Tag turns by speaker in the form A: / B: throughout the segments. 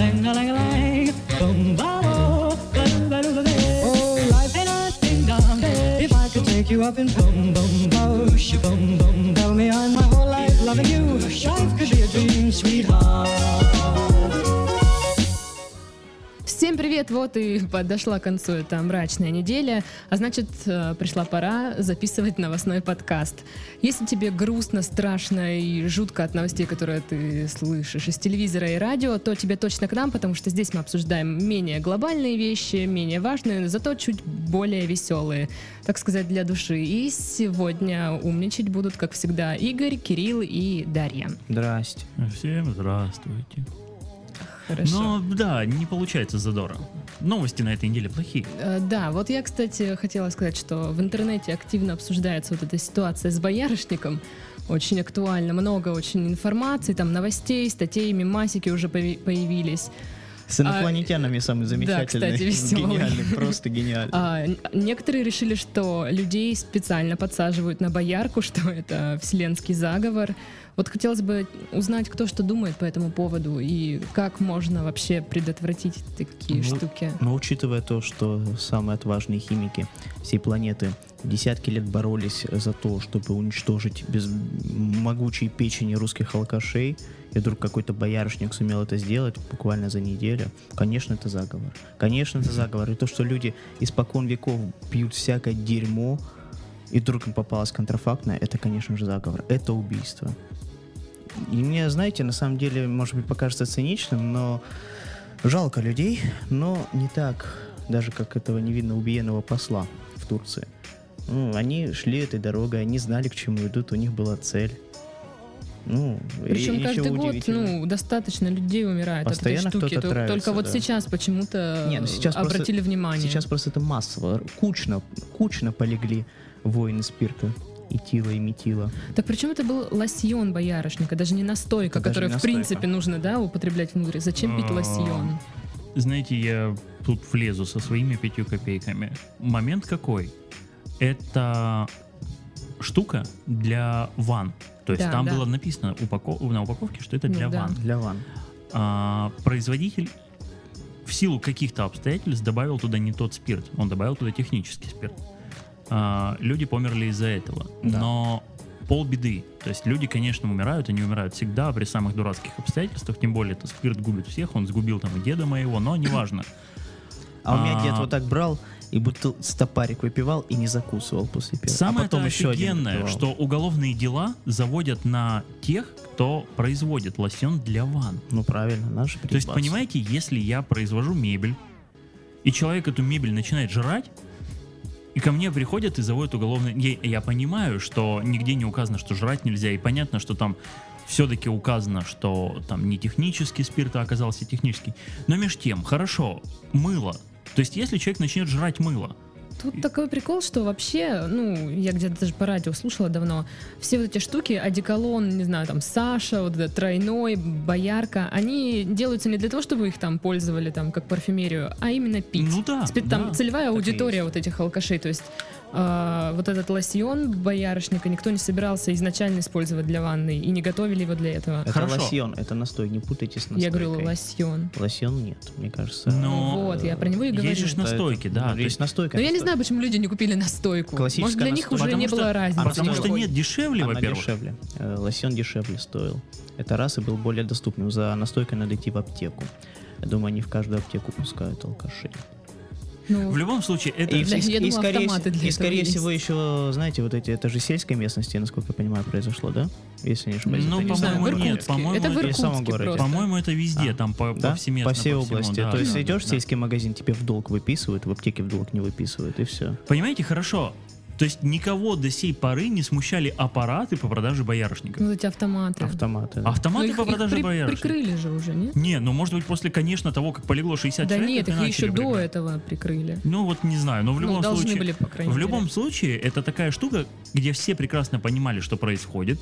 A: Ding-a-ling-a-ling, boom-ba-do, ba-do-ba-do-ba-ding. Oh, life ain't a ding-dong day. If I could take you up in boom boom bosh, boom boom, tell me I'm my whole life loving you. Life could be a dream, sweetheart.
B: Всем привет! Вот и подошла к концу эта мрачная неделя, а значит, э, пришла пора записывать новостной подкаст. Если тебе грустно, страшно и жутко от новостей, которые ты слышишь из телевизора и радио, то тебе точно к нам, потому что здесь мы обсуждаем менее глобальные вещи, менее важные, но зато чуть более веселые, так сказать, для души. И сегодня умничать будут, как всегда, Игорь, Кирилл и Дарья.
C: Здрасте.
D: Всем здравствуйте.
B: Хорошо.
D: Но да, не получается задора. Новости на этой неделе плохие.
B: Э, Да, вот я, кстати, хотела сказать, что в интернете активно обсуждается вот эта ситуация с боярышником. Очень актуально, много очень информации, там новостей, статей, мемасики уже появи- появились.
C: С инопланетянами самый замечательный.
B: А, кстати, веселый.
C: Гениальный, просто гениальный.
B: А, н- некоторые решили, что людей специально подсаживают на боярку, что это вселенский заговор. Вот хотелось бы узнать, кто что думает по этому поводу и как можно вообще предотвратить такие
C: Ну,
B: штуки.
C: Но учитывая то, что самые отважные химики всей планеты десятки лет боролись за то, чтобы уничтожить без могучей печени русских алкашей, и вдруг какой-то боярышник сумел это сделать буквально за неделю, конечно, это заговор. Конечно, это заговор. И то, что люди испокон веков пьют всякое дерьмо, и вдруг им попалась контрафактная, это, конечно же, заговор. Это убийство. И мне, знаете, на самом деле, может быть, покажется циничным, но жалко людей, но не так, даже как этого невинно убиенного посла в Турции. Ну, они шли этой дорогой, они знали, к чему идут, у них была цель. Ну, и- и
B: Причем
C: ничего
B: каждый год,
C: удивительного.
B: ну, достаточно людей умирает
C: Постоянно
B: от этой штуки.
C: кто-то
B: Тол-
C: травится,
B: Только вот
C: да.
B: сейчас почему-то
C: Не, ну сейчас просто-
B: обратили внимание.
C: Сейчас просто это массово, кучно, кучно полегли воины спирта. И тила, и метила.
B: Так причем это был лосьон боярышника, даже не настойка,
C: Даже
B: которую
C: не М-м.
B: в
C: настойка.
B: принципе нужно, да, употреблять внутрь. Зачем пить
D: А.
B: лосьон?
D: Знаете, я тут влезу со своими пятью копейками. Момент какой? Это штука для ванн. То есть
B: Да,
D: там
B: да.
D: было написано упако- на упаковке, что это
B: Ну
D: для
B: да.
D: ванн.
C: Для ван.
D: А, производитель в силу каких-то обстоятельств добавил туда не тот спирт, он добавил туда технический спирт. А, люди померли из-за этого,
C: Да.
D: но полбеды. То есть люди, конечно, умирают, они умирают всегда при самых дурацких обстоятельствах, тем более это спирт губит всех, он сгубил там и деда моего, но неважно.
C: А у меня
D: А.
C: дед вот так брал и будто стопарик выпивал и не закусывал после пива. а
D: Самое
C: потом еще один
D: офигенное,
C: выпивал.
D: что уголовные дела заводят на тех, кто производит лосьон для ванн.
C: Ну правильно, наши
D: То есть, понимаете, если я произвожу мебель, и человек эту мебель начинает жрать, и ко мне приходят и заводят уголовный... Я, я понимаю, что нигде не указано, что жрать нельзя, и понятно, что там все-таки указано, что там не технический спирт, а оказался технический. Но между тем, хорошо, мыло. То есть, если человек начнет жрать мыло,
B: Тут такой прикол, что вообще, ну, я где-то даже по радио слушала давно, все вот эти штуки, одеколон, не знаю, там, Саша, вот этот тройной, боярка, они делаются не для того, чтобы их там пользовали, там, как парфюмерию, а именно пить.
D: ну да,
B: Спи- Там
D: да.
B: целевая
C: так и
B: аудитория
C: есть.
B: вот этих алкашей, то есть а, вот этот лосьон боярышника никто не собирался изначально использовать для ванны и не готовили его для этого.
C: Это
D: Хорошо.
C: лосьон, это настой, не путайте с настойкой.
B: Я говорю лосьон.
C: Лосьон нет, мне кажется.
D: Но
B: Вот, я про него и говорю.
D: Есть же ж
C: Это-
D: Ну, настойки, да.
C: ну,
D: то
C: Есть
D: есть-
C: настойка.
B: Но я не
C: просто.
B: знаю, почему люди не купили настойку.
C: Классическая
B: Может, для них
C: настойка.
B: уже не
D: Потому
B: было
D: что-
B: разницы.
D: Потому что
B: никакой.
D: нет дешевле,
C: А Она
D: во-первых.
C: дешевле. Э, Лосьон дешевле стоил. Это раз и был более доступным. За настойкой надо идти в аптеку. Я думаю, они в каждую аптеку пускают алкаши.
B: Ну,
D: В любом случае, это
C: И,
B: Да,
C: и-
B: я
C: и
B: думаю,
C: скорее,
B: автоматы для
C: и,
B: этого
C: скорее
B: есть.
C: всего, еще, знаете, вот эти, это же сельской местности, насколько я понимаю, произошло, да? Если не ошибаюсь.
D: Ну,
C: это не
B: не знаю,
D: по-моему,
B: в
C: самое
D: нет.
B: Иркутске.
D: По-моему,
B: это в
D: это
C: не в самом
B: Иркутске
C: городе.
B: просто.
D: По-моему, это везде,
C: А,
D: там по,
C: Да?
D: повсеместно.
C: по всей
D: всему,
C: области.
D: да,
C: То есть
D: да,
C: идешь
D: да.
C: в сельский магазин, тебе в долг выписывают, в аптеке в долг не выписывают, и все.
D: Понимаете, хорошо. То есть никого до сей поры не смущали аппараты по продаже боярышников.
B: Вот эти автоматы.
C: Автоматы. да.
B: Ну,
D: Автоматы
B: их-
D: по
B: их
D: продаже
B: при-
D: боярышников.
B: прикрыли же уже, нет?
D: Не, ну может быть после, конечно, того, как полегло 60
B: Да
D: человек.
B: нет,
D: это
B: их
D: начали
B: еще до
D: прикрывать.
B: этого прикрыли.
D: Ну вот не знаю, но в
B: Ну,
D: любом
B: должны
D: случае.
B: были, по крайней
D: в
B: мере.
D: любом случае, это такая штука, где все прекрасно понимали, что происходит.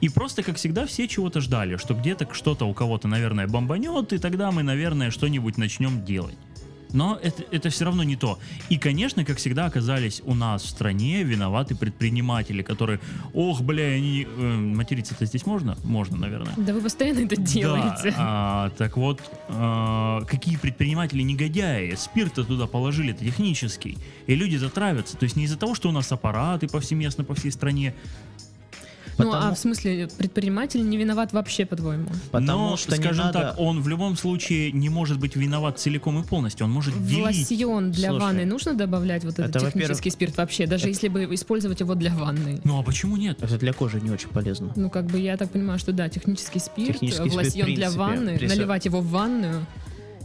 D: И просто, как всегда, все чего-то ждали, что где-то что-то у кого-то, наверное, бомбанет, и тогда мы, наверное, что-нибудь начнем делать. но это, это все равно не то. И, конечно, как всегда, оказались у нас в стране виноваты предприниматели, которые, ох, бля, они... э, материться-то здесь можно? Можно, наверное.
B: Да вы постоянно это
D: Да,
B: делаете.
D: а, так вот, а, какие предприниматели негодяи, спирт-то туда положили, это технический, и люди затравятся. То есть не из-за того, что у нас аппараты повсеместно по всей стране,
B: ну,
C: потому-
B: а в смысле, предприниматель не виноват вообще, по-твоему?
C: Потому
D: но,
C: что не
D: скажем
C: надо-
D: так, он в любом случае не может быть виноват целиком и полностью, он может
B: В
D: делить.
B: лосьон для
C: Слушай,
B: ванны нужно добавлять вот этот
C: это, во-первых,
B: технический спирт вообще, даже если бы использовать его для ванны?
D: Ну а почему нет?
C: Это для кожи не очень полезно.
B: Ну, как бы я так понимаю, что да, технический спирт, э,
C: Технический
B: в
C: спирт, в
B: лосьон для
C: принципе,
B: ванны,
C: при со-
B: наливать его в ванную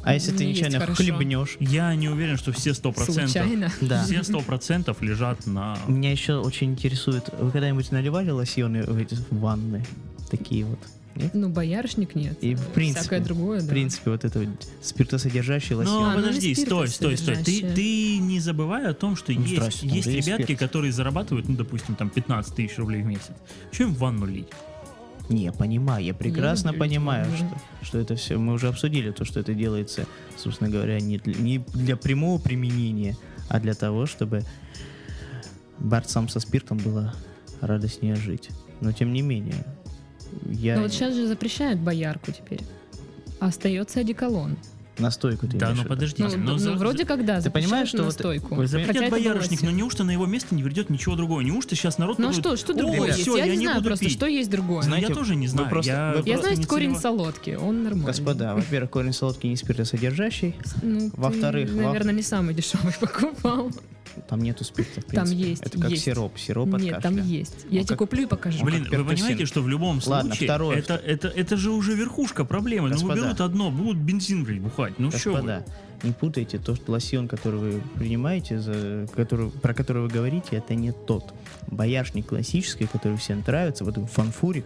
C: А если ты
B: не есть
C: нечаянно
B: хорошо.
C: хлебнешь?
D: Я не уверен, что все 100%,
B: случайно.
C: Да.
D: все 100% лежат на...
C: Меня еще очень интересует, вы когда-нибудь наливали лосьоны в эти ванны? Такие вот. Нет?
B: Ну, боярышник нет.
C: И в принципе,
B: Всякое другое, да.
C: В принципе, вот это вот спиртосодержащий лосьон.
D: Ну,
B: А, ну,
D: подожди,
B: не спирт, а
D: стой, стой, стой. Ты,
B: содержащее.
D: ты не забывай о том, что
C: Ну,
D: есть,
C: здрасте, там
D: есть
C: же есть
D: ребятки,
C: спирт.
D: которые зарабатывают, ну, допустим, там 15 тысяч рублей в месяц. Чем им в ванну лить?
C: Не, понимаю, я прекрасно
B: люблю
C: понимаю,
B: эти ванны.
C: что, что это все, мы уже обсудили то, что это делается, собственно говоря, не для, не для прямого применения, а для того, чтобы борцам со спиртом было радостнее жить. Но тем не менее, я
B: Ну, вот сейчас же запрещают боярку теперь. А Остается одеколон.
C: настойку ты
D: да,
C: имеешь в
D: ну
C: виду?
D: подождите.
B: Ну, ну,
D: за-
B: вроде как да,
C: Ты
B: запрещают
C: понимаешь, что вот-
B: настойку.
C: вот
D: Запретят
B: Хотя это
D: боярышник,
B: было-
D: но неужто на его место не придет ничего другого? Неужто сейчас народ
B: Ну а
D: подумает,
B: что, что
D: «Ой,
B: другое есть?
D: всё,
B: Я, не
D: не
B: знаю
D: буду
B: просто,
D: пить».
B: что есть другое.
D: Ну,
C: Знаете,
D: я тоже не
C: вы
D: знаю.
C: просто-
D: я,
C: вы
B: Я знаю, есть
D: не
B: корень
D: целева-
B: солодки, он нормальный.
C: Господа, во-первых, корень сладкий не спиртосодержащий,
B: Ну,
C: во-вторых,
B: ты,
C: во-
B: наверное, не самый дешевый покупал.
C: там нету спирта, в
B: Там
C: принципе.
B: есть,
C: Это как
B: есть.
C: сироп, сироп от
B: Нет, там
C: кашля.
B: есть. Я
C: Он
B: тебе
C: как-
B: куплю и покажу.
D: Блин,
C: как
D: вы
C: перкусин.
D: понимаете, что в любом случае
C: Ладно, второе,
D: это, это, это же уже верхушка проблемы. Ну,
C: Господа.
D: уберут одно, будут бензин, блядь, бухать. Ну, что
C: Господа, не путайте то, что лосьон, который вы принимаете, за, который, про который вы говорите, это не тот. Бояршник классический, который всем нравится, вот фанфурик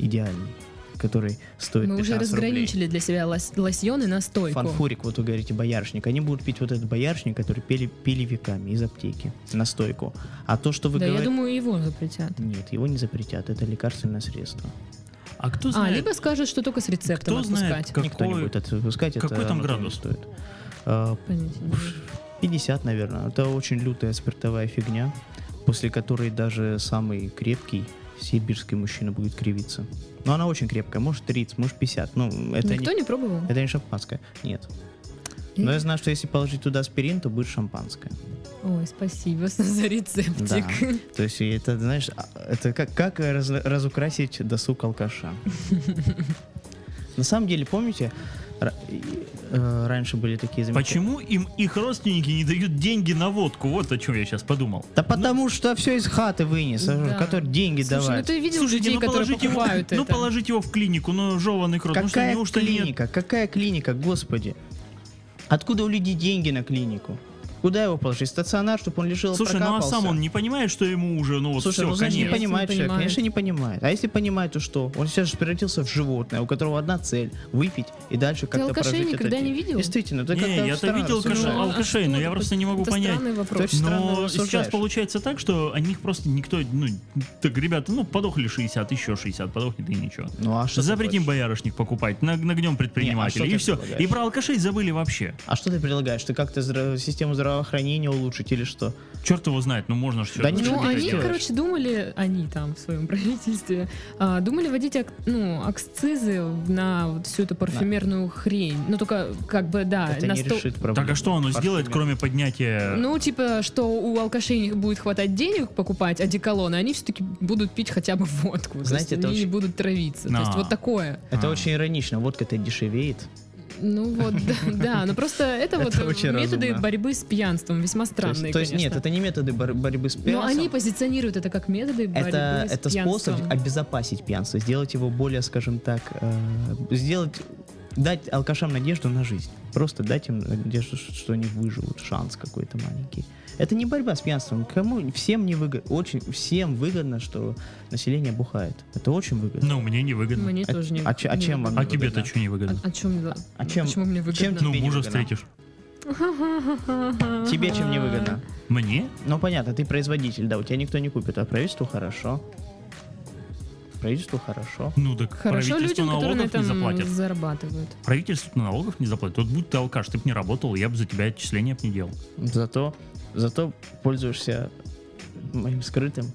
C: идеальный, который стоит
B: Мы уже
C: 15 рублей.
B: разграничили для себя лос- лосьон и настойку.
C: Фанфурик, вот вы говорите, бояршник. Они будут пить вот этот бояршник, который пили, пили веками из аптеки, настойку. А то, что вы
B: да, я
C: говорите...
B: думаю, его запретят.
C: Нет, его не запретят, это лекарственное средство.
D: А кто
B: А,
D: знает?
B: либо скажут, что только с рецептом
D: Кто знает,
B: отпускать.
D: какой,
C: Никто не будет это выпускать. это
D: какой там
C: оно того не
D: градус?
C: стоит. А,
B: Понятия не имею.
C: 50, наверное. Это очень лютая спиртовая фигня, после которой даже самый крепкий сибирский мужчина будет кривиться. Но она очень крепкая, может 30, может 50. Ну, это
B: Никто
C: не,
B: не, пробовал?
C: это не шампанское. Нет. Но я знаю, что если положить туда аспирин, то будет шампанское.
B: Ой, спасибо за рецептик.
C: Да. То есть это, знаешь, а- это как, как раз- разукрасить досуг алкаша. На самом деле, помните, ра- и, э, раньше были такие замечательные...
D: Почему им их родственники не дают деньги на водку? Вот о чем я сейчас подумал.
C: Да потому что все из хаты вынес, а
B: Да.
C: который деньги
B: Слушай,
C: давали.
B: ну ты видел людей, которые
D: положить его,
B: покупают
D: ну
B: это?
D: положить его в клинику, ну жеванный крот. ну, что,
C: Какая
D: неужто нет?
C: клиника? Какая клиника, господи? Откуда у людей деньги на клинику? Куда его положить? Стационар, чтобы он лежал
D: Слушай, ну а
C: прокапался?
D: сам он не понимает, что ему уже, ну вот
C: Слушай,
D: все,
C: ну значит
D: конец.
C: не понимает
B: Не
C: человек,
B: понимает.
C: конечно не понимает. А если понимает, то что? Он сейчас же превратился в животное, у которого одна цель – выпить и дальше как-то
B: алкашей
C: прожить этот
B: никогда не
C: день.
B: видел?
C: Действительно, это
D: Не,
C: как-то
D: я-то
C: странно
D: видел
C: рассуждать.
D: алкашей,
B: Ну, а
D: алкашей, но
B: что
D: я
B: это?
D: просто не могу
B: Это
D: понять.
B: странный вопрос.
C: Точно. странно
D: Но сейчас
C: рассуждаешь.
D: получается так, что о них просто никто, ну, так, ребята, ну, подохли 60, еще 60, подохнет и ничего.
C: Ну а что ты
D: Запретим
C: хочешь?
D: боярышник покупать, наг- нагнем предпринимателей,
C: Не, а что
D: и
C: ты
D: все.
C: предлагаешь?
D: И про алкашей забыли вообще.
C: А что ты предлагаешь? Ты как-то здра- систему здравоохранения улучшить или что?
D: Черт его знает, ну можно же
C: Да
D: чё-то
C: не
B: Ну,
C: что ты
B: они,
C: делаешь?
B: короче, думали, они там в своем правительстве, а, думали вводить ак- ну, акцизы на вот всю эту парфюмерную хрень. Ну, только как бы, да,
C: это
B: на
C: не
B: сто-
C: решит проблему.
D: Так а что оно
C: Парфюмер.
D: сделает, кроме поднятия...
B: Ну, типа, что у алкашей не будет хватать денег покупать одеколоны, они все-таки будут пить хотя бы водку. то
C: Знаете,
B: есть
C: это
B: они не
C: очень-
B: будут травиться.
D: Да.
B: То есть вот такое.
C: Это
D: А.
C: очень иронично. Водка-то дешевеет.
B: Ну вот, да, да. Но просто это вот э,
C: Это очень
B: методы
C: разумно.
B: борьбы с пьянством весьма
C: То есть-
B: странные,
C: то есть, нет,
B: конечно.
C: это не методы бор- борьбы с
B: Но
C: пьянством.
B: они позиционируют это как методы борьбы
C: это,
B: с
C: это
B: пьянством.
C: способ обезопасить пьянство, сделать его более, скажем так, э, сделать, дать алкашам надежду на жизнь. Просто дать им надежду, ш- что они выживут, шанс какой-то маленький. Это не борьба с пьянством. Кому всем не выгодно, очень всем выгодно, что население бухает. Это очень выгодно.
D: Ну, мне невыгодно.
B: Мне
C: А-
B: тоже не
C: а че- а
B: не
C: чем
B: выгодно.
D: А тебе-то
C: выгодно.
D: что невыгодно?
B: А, чем мне?
C: А чем-
B: почему мне
C: чем
B: выгодно?
C: ты-
D: Ну,
C: тебе
D: мужа
C: невыгодно.
D: встретишь.
C: Тебе чем не выгодно?
D: Мне?
C: Ну понятно, ты производитель, да, у тебя никто не купит, а правительству хорошо. правительству хорошо.
D: Ну так
B: Хорошо
D: правительству
B: людям, которые на
D: налогов не
B: этом
D: заплатят.
B: зарабатывают.
D: Правительству налогов не заплатят. Вот будь ты алкаш, ты бы не работал, я бы за тебя отчисления бы не делал.
C: Зато, зато пользуешься моим скрытым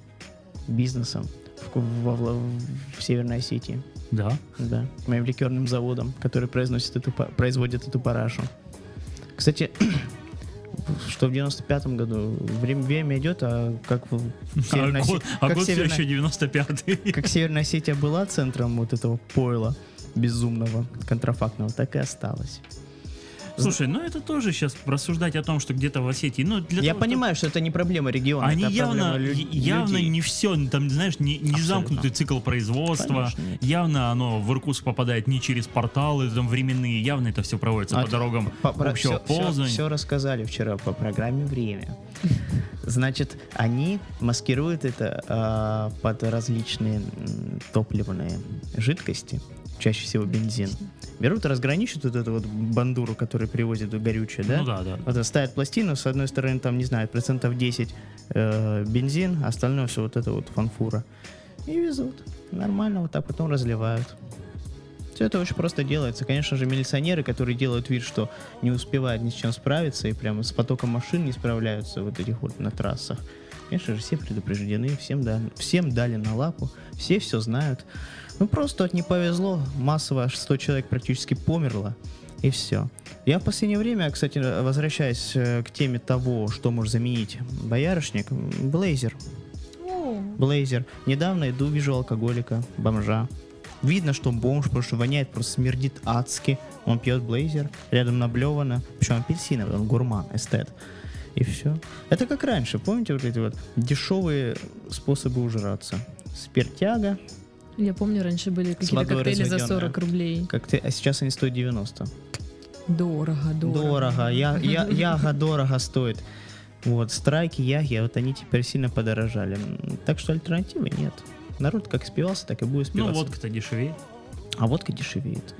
C: бизнесом в, Ку- во Вла- в Северной Осетии.
D: Да.
C: Да, моим ликерным заводом, который произносит эту, па- производит эту парашу. Кстати, что в 95-м году время, время идет, а как в в
D: А
C: Северной
D: год,
C: Осе-
D: а
C: как
D: год все
C: Северная-
D: еще 95-й.
C: как Северная Осетия была центром вот этого пойла безумного, контрафактного, так и осталась.
D: Слушай, ну это тоже сейчас рассуждать о том, что где-то в Осетии. Ну, для
C: Я
D: того,
C: понимаю, что это не проблема
D: что-
C: региона,
D: Они
C: это
D: явно,
C: проблема лю-
D: я- явно
C: людей.
D: не все, там, знаешь, не, не
C: Абсолютно.
D: замкнутый цикл производства.
C: Конечно, нет.
D: Явно оно в Иркутск попадает не через порталы там временные, явно это все проводится
C: А
D: по
C: ты-
D: дорогам
C: По- про-
D: общего
C: всё- всё-
D: ползания.
C: всё рассказали вчера по программе «Время». Значит, они маскируют это а, под различные м, топливные жидкости, чаще всего бензин. Берут и разграничивают вот эту вот бандуру, которую привозят горючее, да?
D: Ну да, да.
C: Вот ставят пластину, с одной стороны, там, не знаю, процентов 10 э, бензин, а остальное все вот это вот фанфура. И везут. Нормально, вот так потом разливают. Все это очень просто делается. Конечно же, милиционеры, которые делают вид, что не успевают ни с чем справиться и прямо с потоком машин не справляются вот этих вот на трассах. Конечно же, все предупреждены, всем, да, всем дали на лапу, все все знают. Ну просто вот не повезло, массово аж 100 человек практически померло, и все. Я в последнее время, кстати, возвращаясь э, к теме того, что может заменить боярышник, м, блейзер. Блейзер. Недавно иду, вижу алкоголика, бомжа. Видно, что он бомж, потому что воняет, просто смердит адски. Он пьет блейзер, рядом наблевано, причем апельсиновый, он гурман, эстет. И все. Это как раньше, помните вот эти вот дешевые способы ужираться? Спиртяга,
B: Я помню, раньше были какие-то
C: водой
B: коктейли за
C: разведённая.
B: 40 рублей.
C: как ты, а сейчас они стоят 90.
B: Дорого, дорого.
C: Дорого, я, я, яга дорого стоит. Вот, страйки, яги, а вот они теперь сильно подорожали. М, Так что альтернативы нет. Народ как спивался, так и будет
D: Ну
C: спиваться.
D: водка-то дешевее.
C: А водка дешевеет.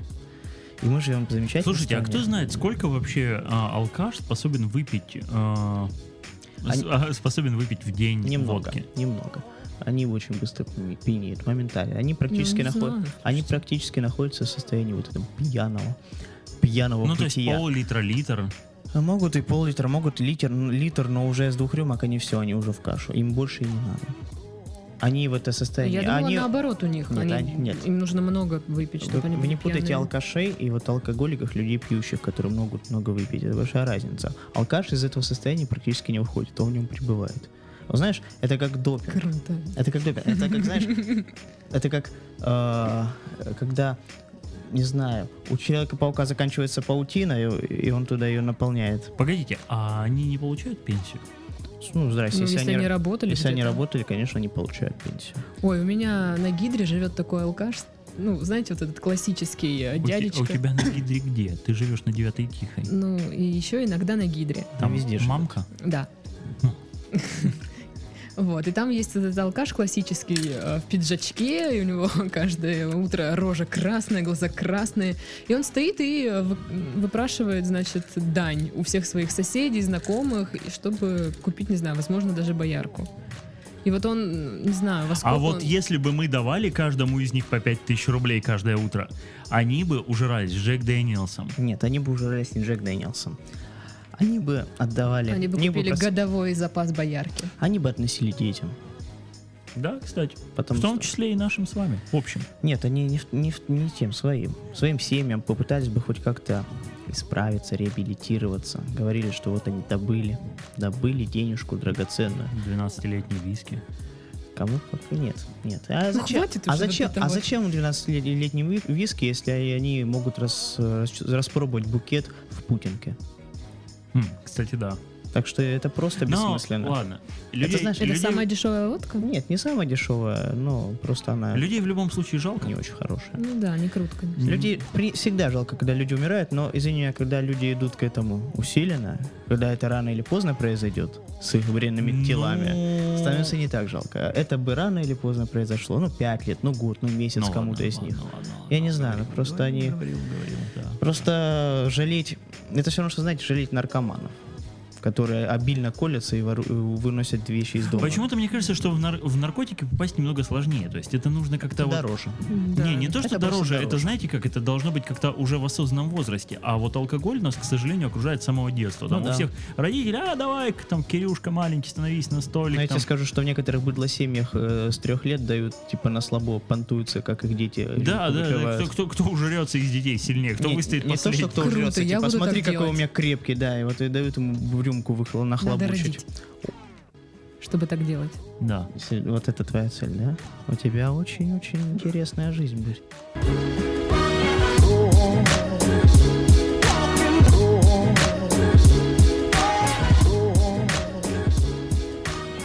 C: И мы живем в замечательной
D: Слушайте, а кто
C: стране.
D: знает, сколько вообще а, алкаш способен выпить, а, с- а, способен выпить в день
C: Немного,
D: водки?
C: немного. Они очень быстро пьяне- пьянеют, моментально. Они практически,
B: Ну, не
C: наход-
B: знаю,
C: они практически находятся в состоянии вот этого пьяного, пьяного
D: Ну, то есть
C: бытия.
D: пол-литра, литр.
C: А Могут и пол-литра, могут литр, литр, но уже с двух рюмок они все, они уже в кашу. Им больше и не надо. Они в это состояние.
B: Я думала,
C: они...
B: наоборот у них.
C: Нет,
B: Они-
C: они- нет.
B: Им нужно много выпить,
C: Вы,
B: чтобы они
C: вы
B: были
C: не путайте
B: пьяными.
C: алкашей и вот алкоголиков, людей пьющих, которые могут много выпить. Это большая разница. Алкаш из этого состояния практически не выходит, он в нем пребывает. Вот Знаешь, это как допинг.
B: Круто.
C: Это как допинг. Это как, знаешь, это как э, когда, не знаю, у Человека-паука заканчивается паутина, и, и он туда ее наполняет.
D: Погодите, а они не получают пенсию?
C: Ну, здрасте,
B: Ну, если, они
C: ра-
B: работали
C: Если они
B: где-то.
C: работали, конечно, они получают пенсию.
B: Ой, у меня на гидре живет такой алкаш. Ну, знаете, вот этот классический э,
D: У те-
B: дядечка.
D: У, тебя на гидре где? Ты живешь на 9 тихой.
B: Ну, и еще иногда на гидре.
D: Там
C: везде живут.
D: мамка.
B: Да.
D: Ну.
B: Вот, и там есть этот алкаш классический э, в пиджачке, и у него каждое утро рожа красная, глаза красные. И он стоит и э, вы- выпрашивает, значит, дань у всех своих соседей, знакомых, и чтобы купить, не знаю, возможно, даже боярку. И вот он, не знаю, во сколько
D: А вот
B: он-
D: если бы мы давали каждому из них по 5000 рублей каждое утро, они бы ужирались с Джек Дэниелсом.
C: Нет, они бы уже не Джек Дэниелсон. Они бы отдавали.
B: Они бы купили
C: прос-
B: годовой запас боярки.
C: Они бы относили детям.
D: Да, кстати.
C: Потому
D: в том
C: что-
D: числе и нашим с вами. В общем.
C: Нет, они не, в- не, в- не тем своим. Своим семьям попытались бы хоть как-то исправиться, реабилитироваться. Говорили, что вот они добыли. Добыли денежку драгоценную.
D: 12-летний виски.
C: Кому как? Нет, нет. А
B: Ну,
C: зачем,
B: хватит
C: а
B: уже
C: зачем,
B: вот это
C: а
B: вот.
C: зачем 12-летний ви- виски, если они могут рас- рас- распробовать букет в Путинке?
D: Хм, кстати, да.
C: Так что это просто
D: Но,
C: бессмысленно.
D: ладно. Людей,
C: знаешь,
B: Это
D: людей-
B: самая дешевая водка?
C: Нет, не самая дешевая, но просто она
D: людей в любом случае жалко.
C: не очень хорошая.
B: Ну да, не круто, конечно.
D: Мгм.
C: Людей при- всегда жалко, когда люди умирают, но, извини меня, когда люди идут к этому усиленно, когда это рано или поздно произойдет с их бренными телами,
D: Ну,
C: становится не так жалко. Это бы рано или поздно произошло, ну, пять лет, ну, год, ну, месяц
D: ну,
C: кому-то
D: ладно,
C: из
D: ладно,
C: них.
D: ладно, ладно,
C: Я не знаю, ну,
D: говорил,
C: просто
D: говорил,
C: они-
D: говорил, говорил, да.
C: Просто жалеть, это все равно, что, знаете, жалеть наркоманов. которые обильно колятся и вору- выносят вещи из дома.
D: Почему-то мне кажется, что в, нар- в наркотики попасть немного сложнее. То есть это нужно как-то вот-
C: дороже?
B: Да.
D: Не, не то, что
C: Это просто
D: дороже, это
C: дороже.
D: знаете как, это должно быть как-то уже в осознанном возрасте. А вот алкоголь нас, к сожалению, окружает с самого детства. Там
C: Ну
D: у
C: да.
D: всех родители, а давай, там, Кирюшка маленький, становись на столик.
C: Но Ну, я тебе
D: там».
C: скажу, что в некоторых быдлосемьях э, с трех лет дают, типа, на слабо понтуются, как их дети. э,
D: Да, да, да,
C: выпивают.
D: кто, кто, кто ужрется из детей сильнее, кто
C: Не-
D: выстоит
C: не то,
D: последний.
C: что кто
B: Круто,
C: ужрется,
B: я
C: типа,
B: буду
C: смотри,
B: так
C: какой
B: делать».
C: у меня крепкий, да, и вот и дают ему в рюмку выхло-
B: Надо
C: нахлобучить.
B: родить, чтобы так делать.
D: Да.
C: Если- Вот это твоя цель, да? У тебя очень-очень интересная жизнь будет.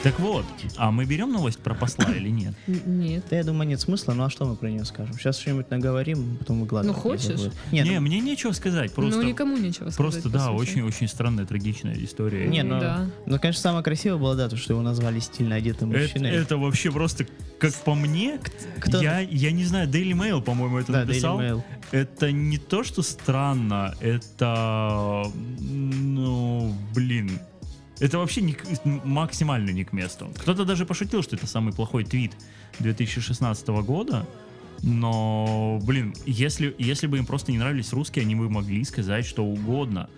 D: Так вот, а мы берем новость про посла или нет?
B: Н- Нет.
C: Да, я думаю, нет смысла, ну а что мы про нее скажем? Сейчас что-нибудь наговорим, потом выкладываем.
B: Ну, хочешь?
C: Будет. Не,
D: Не,
C: ну,
D: мне нечего сказать, просто...
B: ну никому нечего сказать.
D: Просто,
B: по
D: да,
B: сути.
D: очень-очень странная, трагичная история.
C: не, ну,
B: да.
C: ну, конечно, самое красивое было, да, то, что его назвали стильно одетым
D: это,
C: мужчиной.
D: это вообще просто, как по мне,
C: кто-
D: я, я не знаю, Daily Mail, по-моему, это
C: да,
D: написал.
C: Daily Mail.
D: Это не то, что странно, это... Ну, блин. Это вообще не к- максимально не к месту. Кто-то даже пошутил, что это самый плохой твит 2016 года. Но, блин, если, если бы им просто не нравились русские, они бы могли сказать что угодно.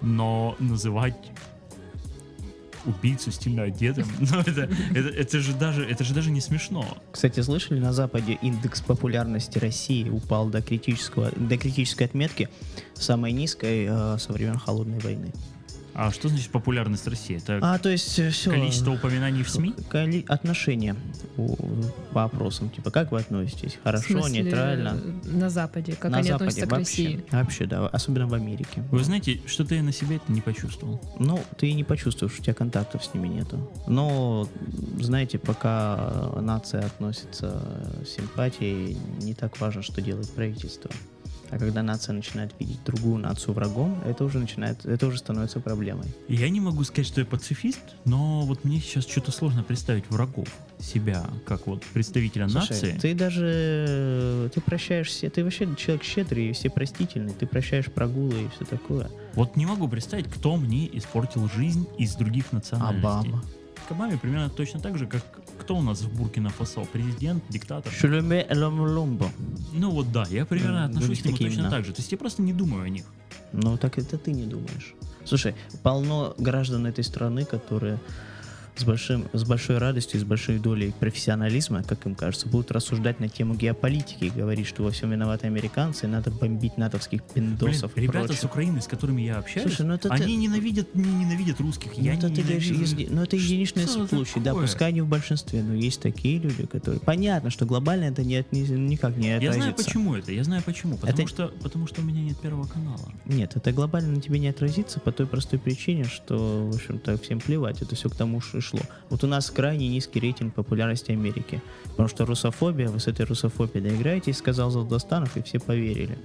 D: Но называть убийцу стильно одетым, ну, это, это, это же даже, это же даже не смешно.
C: Кстати, слышали, на Западе индекс популярности России упал до, критического, до критической отметки, самой низкой э, со времен Холодной войны.
D: А что значит популярность России? Это
C: А, то есть все.
D: количество упоминаний в СМИ?
C: Коли- отношения у- по вопросам, типа, как вы относитесь?
B: В
C: Хорошо,
B: смысле,
C: нейтрально?
B: На Западе, как
C: на
B: они
C: Западе
B: относятся к
C: вообще,
B: России.
C: Вообще, да, особенно в Америке.
D: Вы знаете, что-то я на себе это не почувствовал.
C: Ну, ты и не почувствуешь, у тебя контактов с ними нету. Но, знаете, пока нация относится с симпатией, не так важно, что делает правительство. А когда нация начинает видеть другую нацию врагом, это уже начинает, это уже становится проблемой.
D: Я не могу сказать, что я пацифист, но вот мне сейчас что-то сложно представить врагов себя, как вот представителя
C: Слушай,
D: нации.
C: ты даже, э, ты прощаешь все, ты вообще человек щедрый и все простительный, ты прощаешь прогулы и все такое.
D: Вот не могу представить, кто мне испортил жизнь из других
C: А
D: национальностей.
C: Обама.
D: К Обаме примерно точно так же, как кто у нас в Буркина-Фасо? Президент, диктатор?
C: Шлюме Ломлумбо.
D: Ну вот да, я примерно
C: Ну,
D: отношусь к нему
C: такие
D: точно
C: имена.
D: так же. То есть я просто не думаю о них.
C: Ну, так это ты не думаешь. Слушай, полно граждан этой страны, которые с, большим, с большой радостью, с большой долей профессионализма, как им кажется, будут рассуждать на тему геополитики и говорить, что во всем виноваты американцы, и надо бомбить натовских
D: Блин,
C: пиндосов и
D: ребята
C: прочее.
D: с Украины, с которыми я общаюсь,
C: Слушай, ну это ты-
D: они ненавидят, не ненавидят русских.
C: Ну,
D: я
C: это
D: не
C: ты говоришь,
D: ненавижу
C: изге- ну, это
D: Что
C: единичный
D: за
C: случай, да,
D: такое?
C: пускай не в большинстве, но есть такие люди, которые... Понятно, что глобально это не, от- ни- никак не
D: Я
C: отразится.
D: знаю почему это, я знаю почему. Потому,
C: Это-
D: что, потому что у меня нет первого канала.
C: Нет, это глобально на тебе не отразится по той простой причине, что, в общем-то, всем плевать, это все к тому же и шло. Вот у нас крайне низкий рейтинг популярности Америки, потому что русофобия, вы с этой русофобией доиграетесь, сказал Золдостанов, и все поверили.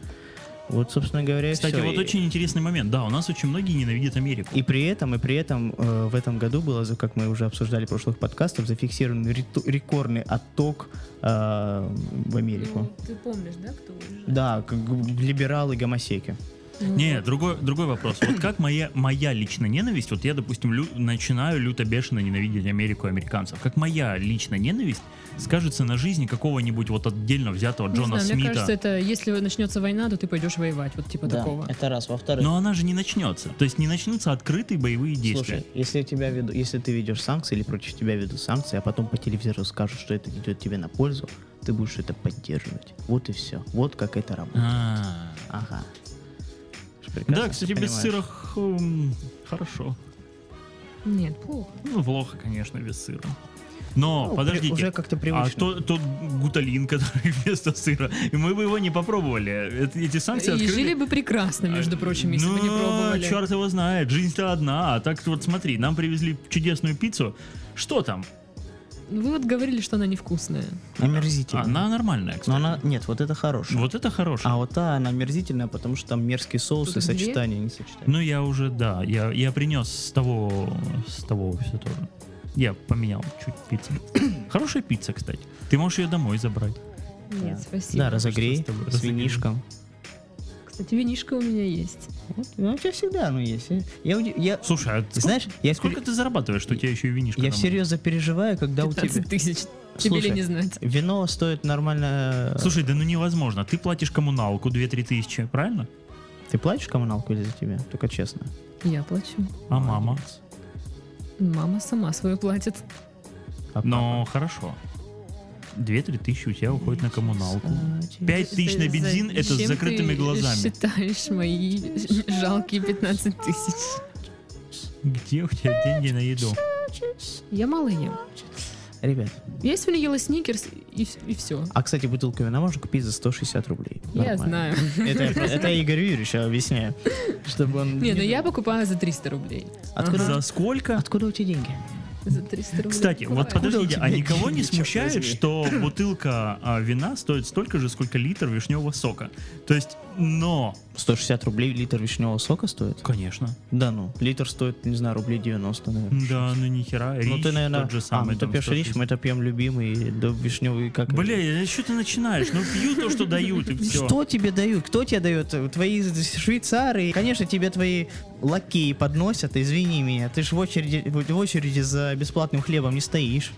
C: Вот, собственно говоря,
D: Кстати,
C: всё.
D: вот
C: И-
D: очень интересный момент. Да, у нас очень многие ненавидят Америку.
C: И при этом, и при этом э, в этом году было, за- как мы уже обсуждали в прошлых подкастах, зафиксирован рету- рекордный отток э, в Америку.
B: Ну, ты помнишь, да, кто уезжал?
C: Да, как г- либералы гомосеки.
D: Не, другой, другой вопрос. Вот как моя, моя личная ненависть, вот я, допустим, лю- начинаю люто бешено ненавидеть Америку и американцев, как моя личная ненависть скажется на жизни какого-нибудь вот отдельно взятого
B: Не
D: Джона
B: знаю, мне
D: Смита?
B: кажется, это если начнется война, то ты пойдешь воевать, вот типа такого.
C: Это раз. Во-вторых,
D: Но она же не начнется. То есть не начнутся открытые боевые действия.
C: Слушай, если, у тебя веду, если ты ведешь санкции или против тебя ведут санкции, а потом по телевизору скажут, что это идет тебе на пользу, ты будешь это поддерживать. Вот и все. Вот как это работает.
D: А.
C: Ага. Ты же прекрасно
D: Да, кстати, без
C: понимаешь.
D: сыра хм, хорошо.
B: Нет, плохо.
D: Ну, плохо, конечно, без сыра. Но,
C: Ну, при-
D: подождите.
C: Уже как-то привычно.
D: А то, тот гуталин, который вместо сыра. И мы бы его не попробовали. Эт- Эти санкции
B: И
D: открыли.
B: жили бы прекрасно, между
C: А,
B: прочим, если
D: ну,
B: бы не пробовали.
D: черт его знает, жизнь-то одна. А так вот смотри, нам привезли чудесную пиццу. Что там?
B: Ну, Вы вот говорили, что она невкусная.
C: Омерзительно.
D: Она нормальная,
C: Но
D: кстати.
C: она... Нет, вот это хорошая.
D: Вот это хорошая.
C: Типа. А вот та, она омерзительная, потому что там мерзкие соусы,
B: Тут две?
C: сочетания не сочетаются.
D: Ну, я уже, да, я, я принес с того, с того все тоже. Я поменял чуть пиццу. Хорошая пицца, кстати. Ты можешь ее домой забрать.
B: Нет,
C: Да.
D: типа,
B: спасибо.
C: Да, разогрей
D: Что с тобой?
C: с винишком.
B: Кстати, винишка у меня есть.
C: Вот, ну, у тебя всегда оно есть. Я, уди- я-
D: Слушай, а ты
C: знаешь, я,
D: сколько
C: впери-
D: ты зарабатываешь, что у тебя еще и винишка?
C: я
D: там?
C: всерьез запереживаю, когда у
B: 15
C: тебя...
B: тысяч. Тебе
C: Слушай,
B: ли не знать?
C: Вино стоит нормально... э,
D: Слушай, да ну невозможно. Ты платишь коммуналку 2-3 тысячи, правильно?
C: Ты платишь коммуналку или за тебя? Только честно.
B: Я плачу.
D: А мама?
B: Мама сама свою платит.
C: А
D: Но хорошо. 2-3 тысячи у тебя уходит на коммуналку. 5 тысяч на
B: За-
D: бензин это с
B: зачем
D: закрытыми
B: ты
D: глазами.
B: считаешь мои жалкие 15 тысяч?
D: Где у тебя деньги на еду?
B: Я мало ем.
C: Ребят,
B: Я сегодня ела сникерс и, все.
C: а, кстати, бутылку вина можно купить за 160 рублей.
B: Я
C: Нормально.
B: знаю.
C: Это, я про- это я Игорю Юрьевичу объясняю, чтобы он...
B: Не, ну я
C: думал.
B: покупаю за 300 рублей.
C: Откуда,
D: За сколько?
C: откуда у тебя деньги?
B: За 300 рублей.
D: Кстати, вот
B: покупаю.
D: подождите,
C: у
D: а
C: тебя
D: никого не
C: деньги, чёрт
D: смущает,
C: возьми?
D: что бутылка а, вина стоит столько же, сколько литр вишневого сока? То есть, но...
C: 160 рублей литр вишневого сока стоит?
D: Конечно.
C: Да ну, литр стоит, не знаю, рублей 90, наверное.
D: Да, ну нихера. Рич,
C: ну ты, наверное,
D: тот же
C: а, ну
D: самый.
C: ты
D: там,
C: пьешь
D: 160.
C: рич, мы это пьем любимый, да, вишневый, как...
D: Бля, а что ты начинаешь? Ну пью то, что дают, и все.
C: Что тебе дают? Кто тебе дает? Твои швейцары. Конечно, тебе твои лакеи подносят, извини меня. Ты же в очереди, в очереди за бесплатным хлебом не стоишь.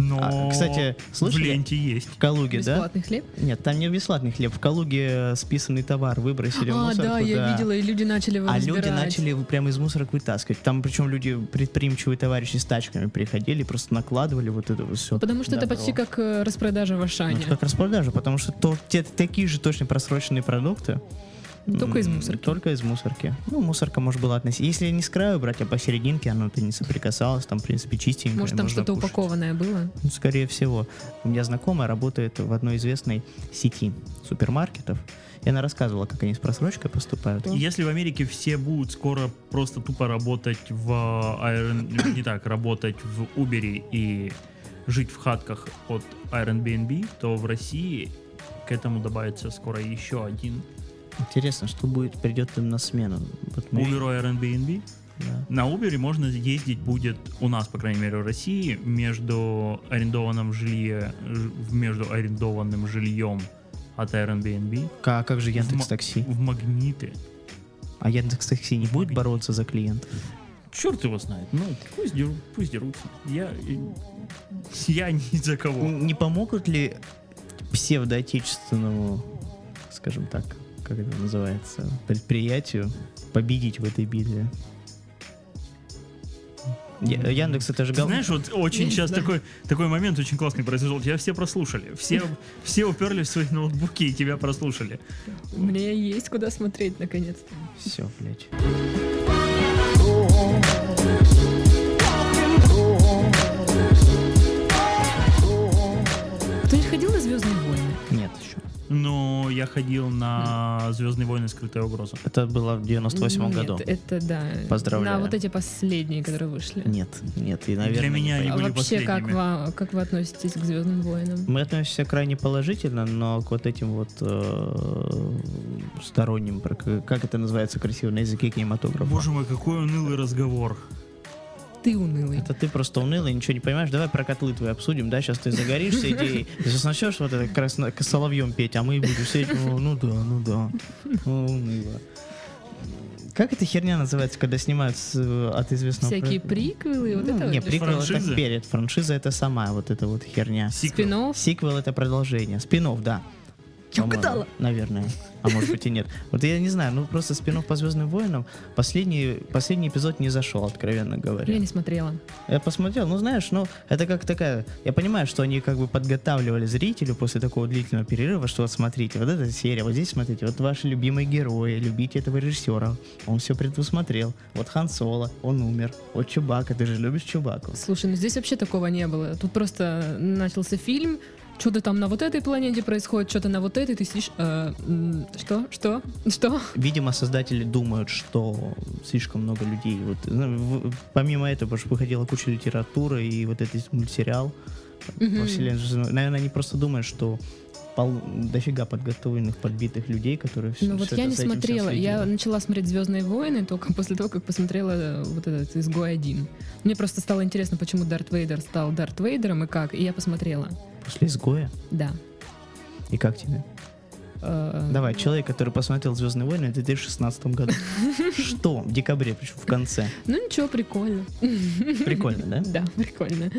D: Но...
C: А, кстати, слышали?
D: В ленте есть.
C: В Калуге, да?
B: Бесплатный хлеб?
C: Нет, там не бесплатный хлеб. В Калуге э, списанный товар выбросили в
B: А,
C: мусорку.
B: да, я видела, и люди начали его
C: А люди
B: разбирать.
C: начали его прямо из мусорок вытаскивать. Там причем люди, предприимчивые товарищи с тачками приходили, просто накладывали вот это все.
B: Потому что это почти как э, распродажа в Ашане.
C: как распродажа, потому что то, те, такие же точно просроченные продукты. Ну,
B: Только из
C: М,
B: мусорки.
C: Только из мусорки. Ну, мусорка может была относить. Если не с краю брать, а посерединке, она-то не соприкасалась, там, в принципе, чистенькая.
B: Может, там
C: можно
B: что-то
C: кушать.
B: упакованное было?
C: Ну, Скорее всего. У меня знакомая работает в одной известной сети супермаркетов. И она рассказывала, как они с просрочкой поступают.
D: Если в Америке все будут скоро просто тупо работать в а, Iron- не так, работать в Uber и жить в хатках от Airbnb, то в России к этому добавится скоро еще один
C: Интересно, что будет, придет им на смену. Вот мы-
D: Uber и Airbnb.
C: Да.
D: На Uber можно ездить будет у нас, по крайней мере, в России между арендованным жилье, ж- между арендованным жильем от Airbnb
C: А как же
D: В ма-
C: Яндекс Такси?
D: в магниты.
C: А Яндекс Такси не будет
D: Мобильный.
C: бороться за клиентов?
D: Черт его знает. Ну, пусть, деру- пусть дерутся. Я, э, я ни за кого.
C: Н- Не помогут ли псевдоотечественному, скажем так, как это называется, предприятию победить в этой битве? Я- Яндекс это же
D: Ты
C: гов-
D: знаешь, вот очень сейчас такой, такой момент очень классный произошел. Тебя все прослушали. Все, все уперлись в свои ноутбуки и тебя прослушали.
B: У меня есть куда смотреть, наконец-то.
C: Все, блядь.
B: Кто-нибудь ходил на «Звездные войны»?
C: Нет еще.
D: Но я ходил на Звездные войны Скрытая угроза.
C: Это было в 98
B: Нет,
C: году.
D: э,
B: это да.
C: Поздравляю.
B: На вот эти последние, которые вышли.
C: Нет, нет, и, наверное...
D: Для
C: не
D: меня
C: пойду.
D: они
B: А
D: были
B: вообще, как,
D: последними.
B: ва- как вы относитесь к Звездным войнам?
C: Мы относимся крайне положительно, но к вот этим вот э, сторонним, про- как это называется красиво на языке кинематографа.
D: Боже мой, какой унылый разговор.
B: Ты унылый.
C: Это ты просто унылый, ничего не понимаешь. Давай про котлы твои обсудим, да? Сейчас ты загоришься идеей. Ты сейчас начнешь вот это красно... к- соловьем петь, а мы будем сидеть, «О, ну да, ну да, О, уныло. Как эта херня называется, когда снимают с, э, от известного...
B: Всякие
C: про-
B: приквелы, вот
C: Ну,
B: это
C: Не,
B: вот
C: приквел это
D: Франшизы?
C: перед. Франшиза это сама вот эта вот херня.
D: Сиквел.
B: спин
C: Сиквел это продолжение. Спинов, да.
B: Я
C: По-моему,
B: угадала.
C: Наверное. А может быть и нет. Вот я не знаю, ну просто спинов по Звездным войнам последний, последний эпизод не зашел, откровенно говоря.
B: Я не смотрела.
C: Я посмотрел, ну знаешь, ну это как такая, я понимаю, что они как бы подготавливали зрителю после такого длительного перерыва, что вот смотрите, вот эта серия, вот здесь смотрите, вот ваши любимые герои, любите этого режиссера, он все предусмотрел, вот Хан Соло, он умер, вот Чубака, ты же любишь Чубаку.
B: Слушай, ну здесь вообще такого не было. Тут просто начался фильм, что-то там на вот этой планете происходит, что-то на вот этой, ты сидишь... э, м, что? Что? Что?
C: Видимо, создатели думают, что слишком много людей. Вот, ну, в- помимо этого, потому что выходила куча литературы и вот этот мультсериал во вселенной Звездных- Наверное, они просто думают, что пол- дофига подготовленных, подбитых людей, которые все
B: Ну вот я не смотрела. Я начала смотреть Звездные войны только после того, как посмотрела э, вот этот изгой один. Мне просто стало интересно, почему Дарт Вейдер стал Дарт Вейдером и как. И я посмотрела.
C: После изгоя?
B: Да.
C: И как тебе?
B: э,
C: Давай, человек, который посмотрел «Звездные войны» в 2016 году. Что? В декабре, причем в конце.
B: Ну ничего, прикольно.
C: Прикольно, да?
B: Да, прикольно.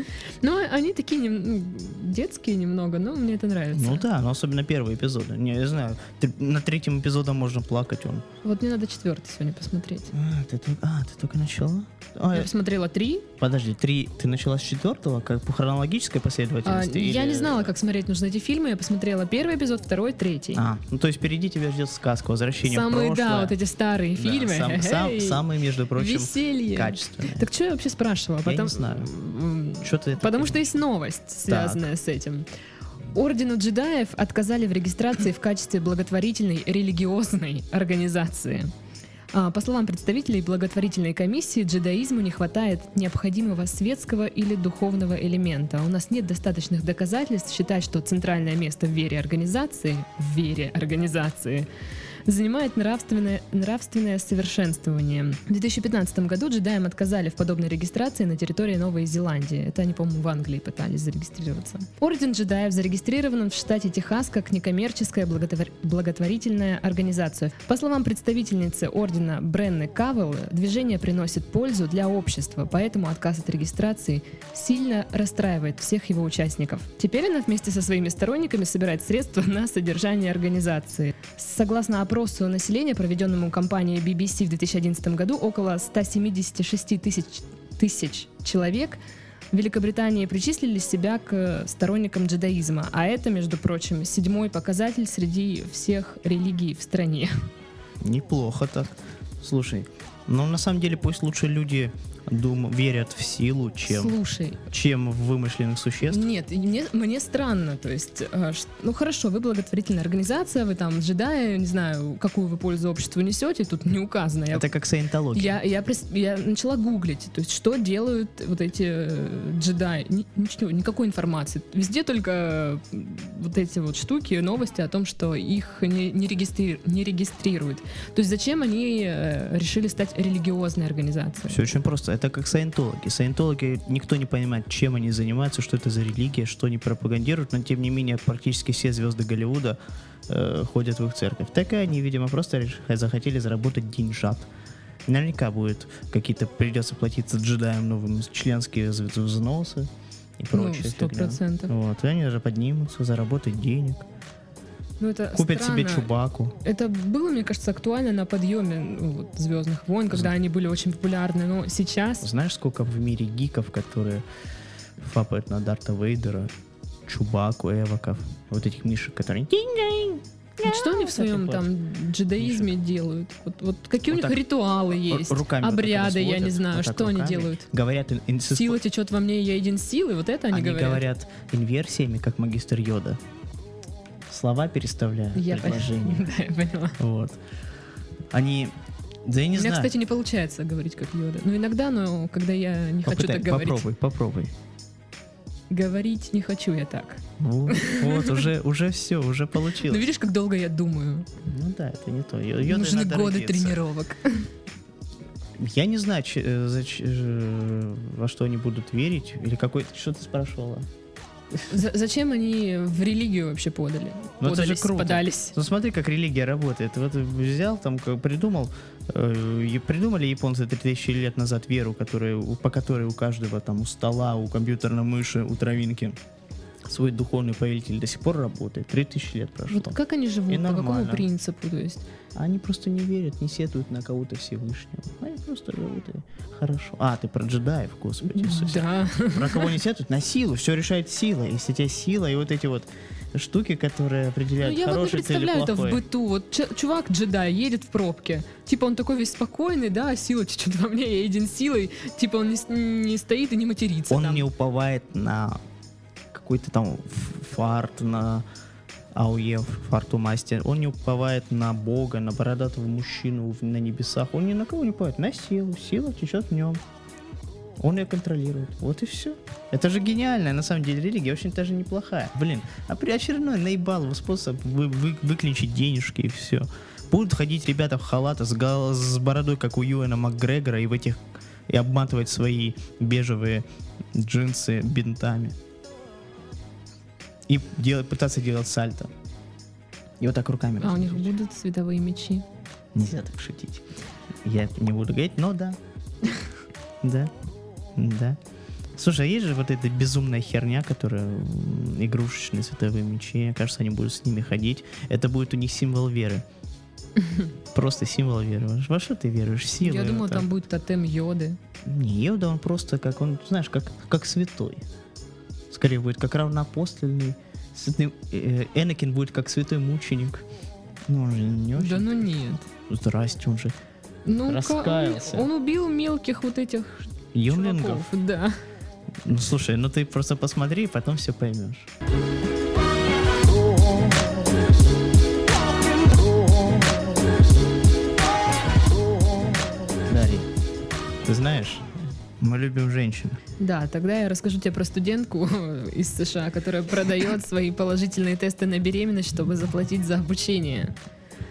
B: Но они такие нем- ну, детские немного, но мне это нравится.
C: Ну да, но особенно первые эпизоды. Не, я знаю, ты- на третьем эпизоде можно плакать он.
B: Вот мне надо четвертый сегодня посмотреть.
C: А, ты, тол- а, ты только начала? А,
B: Я посмотрела три.
C: Подожди, три. Ты начала с четвертого, как по хронологической
B: А,
C: последовательности?
B: я
C: или-
B: не знала, как смотреть нужно эти фильмы. Я посмотрела первый эпизод, второй, третий.
C: А, ну то есть впереди тебя ждет сказка «Возвращение в
B: самые,
C: прошлое».
B: да, вот эти старые
C: Да,
B: фильмы.
C: сам- сам-
B: Эй,
C: самые, между прочим,
B: веселье.
C: качественные.
B: Так что я вообще спрашивала?
C: Я не знаю.
B: М,
C: Чё ты это-
B: Потому что есть новость, связанная с этим. Ордену джедаев отказали в регистрации в качестве благотворительной религиозной организации. А, По словам представителей благотворительной комиссии, джедаизму не хватает необходимого светского или духовного элемента. У нас нет достаточных доказательств считать, что центральное место в вере организации, в вере организации, занимает нравственное, нравственное совершенствование. В 2015 году джедаям отказали в подобной регистрации на территории Новой Зеландии. Это они, по-моему, в Англии пытались зарегистрироваться. Орден джедаев зарегистрирован в штате Техас как некоммерческая благотвор- благотворительная организация. По словам представительницы ордена Бренны Кавелл, движение приносит пользу для общества, поэтому отказ от регистрации сильно расстраивает всех его участников. Теперь она вместе со своими сторонниками собирает средства на содержание организации. Согласно опросу населения, проведенному компанией BBC в 2011 году, около 176 тысяч, тысяч человек в Великобритании причислили себя к э, сторонникам джедаизма, а это, между прочим, седьмой показатель среди всех религий в стране.
C: Неплохо так. Слушай, ну на самом деле пусть лучше люди дум... верят в силу, чем,
B: Слушай,
C: чем в вымышленных существ.
B: Нет, и мне, мне странно, то есть, э, ш- ну хорошо, вы благотворительная организация, вы там джедаи, не знаю, какую вы пользу обществу несете, тут не указано. Я,
C: Это как саентология.
B: я, я, прис- я начала гуглить, то есть, что делают вот эти э, джедаи, Ни- ничего, никакой информации. Везде только э, вот эти вот штуки, новости о том, что их не, не, регистри- не регистрируют. То есть, зачем они э, решили стать религиозной организацией?
C: Все очень просто. Это как саентологи. Саентологи, никто не понимает, чем они занимаются, что это за религия, что они пропагандируют, но тем не менее практически все звезды Голливуда э, ходят в их церковь. Так и они, видимо, просто реш- захотели заработать деньжат. Наверняка будет какие-то, придется платиться джедаям новым членские вз- взносы и
B: Ну,
C: прочее.
B: сто
C: фигня.
B: процентов.
C: Вот, и они же поднимутся, заработают денег,
B: Ну, это
C: купят себе
B: странно.
C: чубаку.
B: Это было, мне кажется, актуально на подъеме ну, вот, Звездных войн, когда они были очень популярны, но сейчас
C: Знаешь, сколько в мире гиков, которые фапают на Дарта Вейдера, Чубаку, Эвоков, вот этих мишек, которые... «Динь-динь».
B: Вот Ну, что они в своем
C: типа.
B: там джедаизме делают? Вот, вот какие
C: Вот
B: у них
C: так
B: ритуалы есть?
C: Ру- руками вот так
B: Обряды, я
C: разводят,
B: не знаю,
C: вот так
B: что они
C: руками.
B: делают.
C: Говорят, ин- инсис-
B: Сила течет во мне, я един силы, вот это они,
C: они
B: говорят.
C: говорят инверсиями, как магистр Йода. Слова переставляют,
B: Я
C: предложения.
B: поняла. Да, я поняла.
C: Вот. Они... Да я
B: У
C: не
B: меня,
C: знаю.
B: кстати, не получается говорить как Йода. Ну, иногда, но когда я не хочу
C: Попытай,
B: так говорить.
C: попробуй, попробуй.
B: Говорить не хочу я так.
C: Вот, вот, уже, уже все, уже
B: Ну,
C: получилось.
B: видишь, как долго я думаю.
C: Ну да, это не то. Йо- Йодой
B: Нужны
C: надо
B: годы
C: родиться.
B: тренировок.
C: Я не знаю, че- э, зач- э, во что они будут верить. Или какой то Что ты спрашивала?
B: За- зачем они в религию вообще подали?
C: Ну, это
B: подались,
C: же круто.
B: подались.
C: Ну смотри, как религия работает. Вот взял, там как придумал, э, и придумали японцы 3000 лет назад веру, которая, у- по которой у каждого там у стола, у компьютерной мыши, у травинки свой духовный повелитель до сих пор работает. 3000 лет прошло.
B: Вот как они живут,
C: И
B: по какому
C: нормально.
B: принципу, то есть?
C: А Они просто не верят, не сетуют на кого-то Всевышнего. Они просто живут и хорошо. А, ты про джедаев, господи. Иисусе.
B: Да.
C: Про кого не сядут? На силу. Все решает сила. Если у тебя сила и вот эти вот штуки, которые
B: Ну,
C: определяют,
B: я вот не
C: хороший ты или
B: представляю это в
C: плохой.
B: быту. Вот ч- чувак джедай едет в пробке. Типа он такой весь спокойный, да, сила чуть-чуть во мне, я един силой. Типа он не, с- не стоит и не матерится
C: Он
B: там.
C: не уповает на какой-то там ф- фарт, на ауе, фарту мастер. Он не уповает на бога, на бородатого мужчину в- на небесах. Он ни на кого не уповает. На силу. Сила течет в нем. Он ее контролирует. Вот и все. Это же гениальная, на самом деле, религия. Очень даже неплохая. Блин, а при очередной наебаловый способ вы, вы- выключить денежки и все. Будут ходить ребята в халатах с, гол- с бородой, как у Юэна Макгрегора, и в этих и обматывать свои бежевые джинсы бинтами. И делать, пытаться делать сальто. И вот так руками.
B: А у них
C: размахивать.
B: будут световые мечи.
C: Нельзя так шутить. Я не буду говорить, но да. Да. Да. Слушай, а есть же вот эта безумная херня, которая м, игрушечные световые мечи. Мне Кажется, они будут с ними ходить. Это будет у них символ веры. Просто символ веры. Во ш- Во что ты веруешь? Сила.
B: Я думаю, там будет тотем йоды.
C: Не Йода, он просто как он, знаешь, как, как святой. Скорее будет как равноапостольный. Святой, э, Энакин будет как святой мученик. Ну, он же не очень.
B: Да ну нет.
C: Здрасте, он же
B: Ну,
C: Раскаялся.
B: Он убил мелких вот этих
C: Юнлингов.
B: чуваков. Да.
C: Ну слушай, ну ты просто посмотри, и потом все поймешь. Дарья, ты знаешь, мы любим женщин.
B: Да, тогда я расскажу тебе про студентку из США, которая продает свои положительные тесты на беременность, чтобы заплатить за обучение.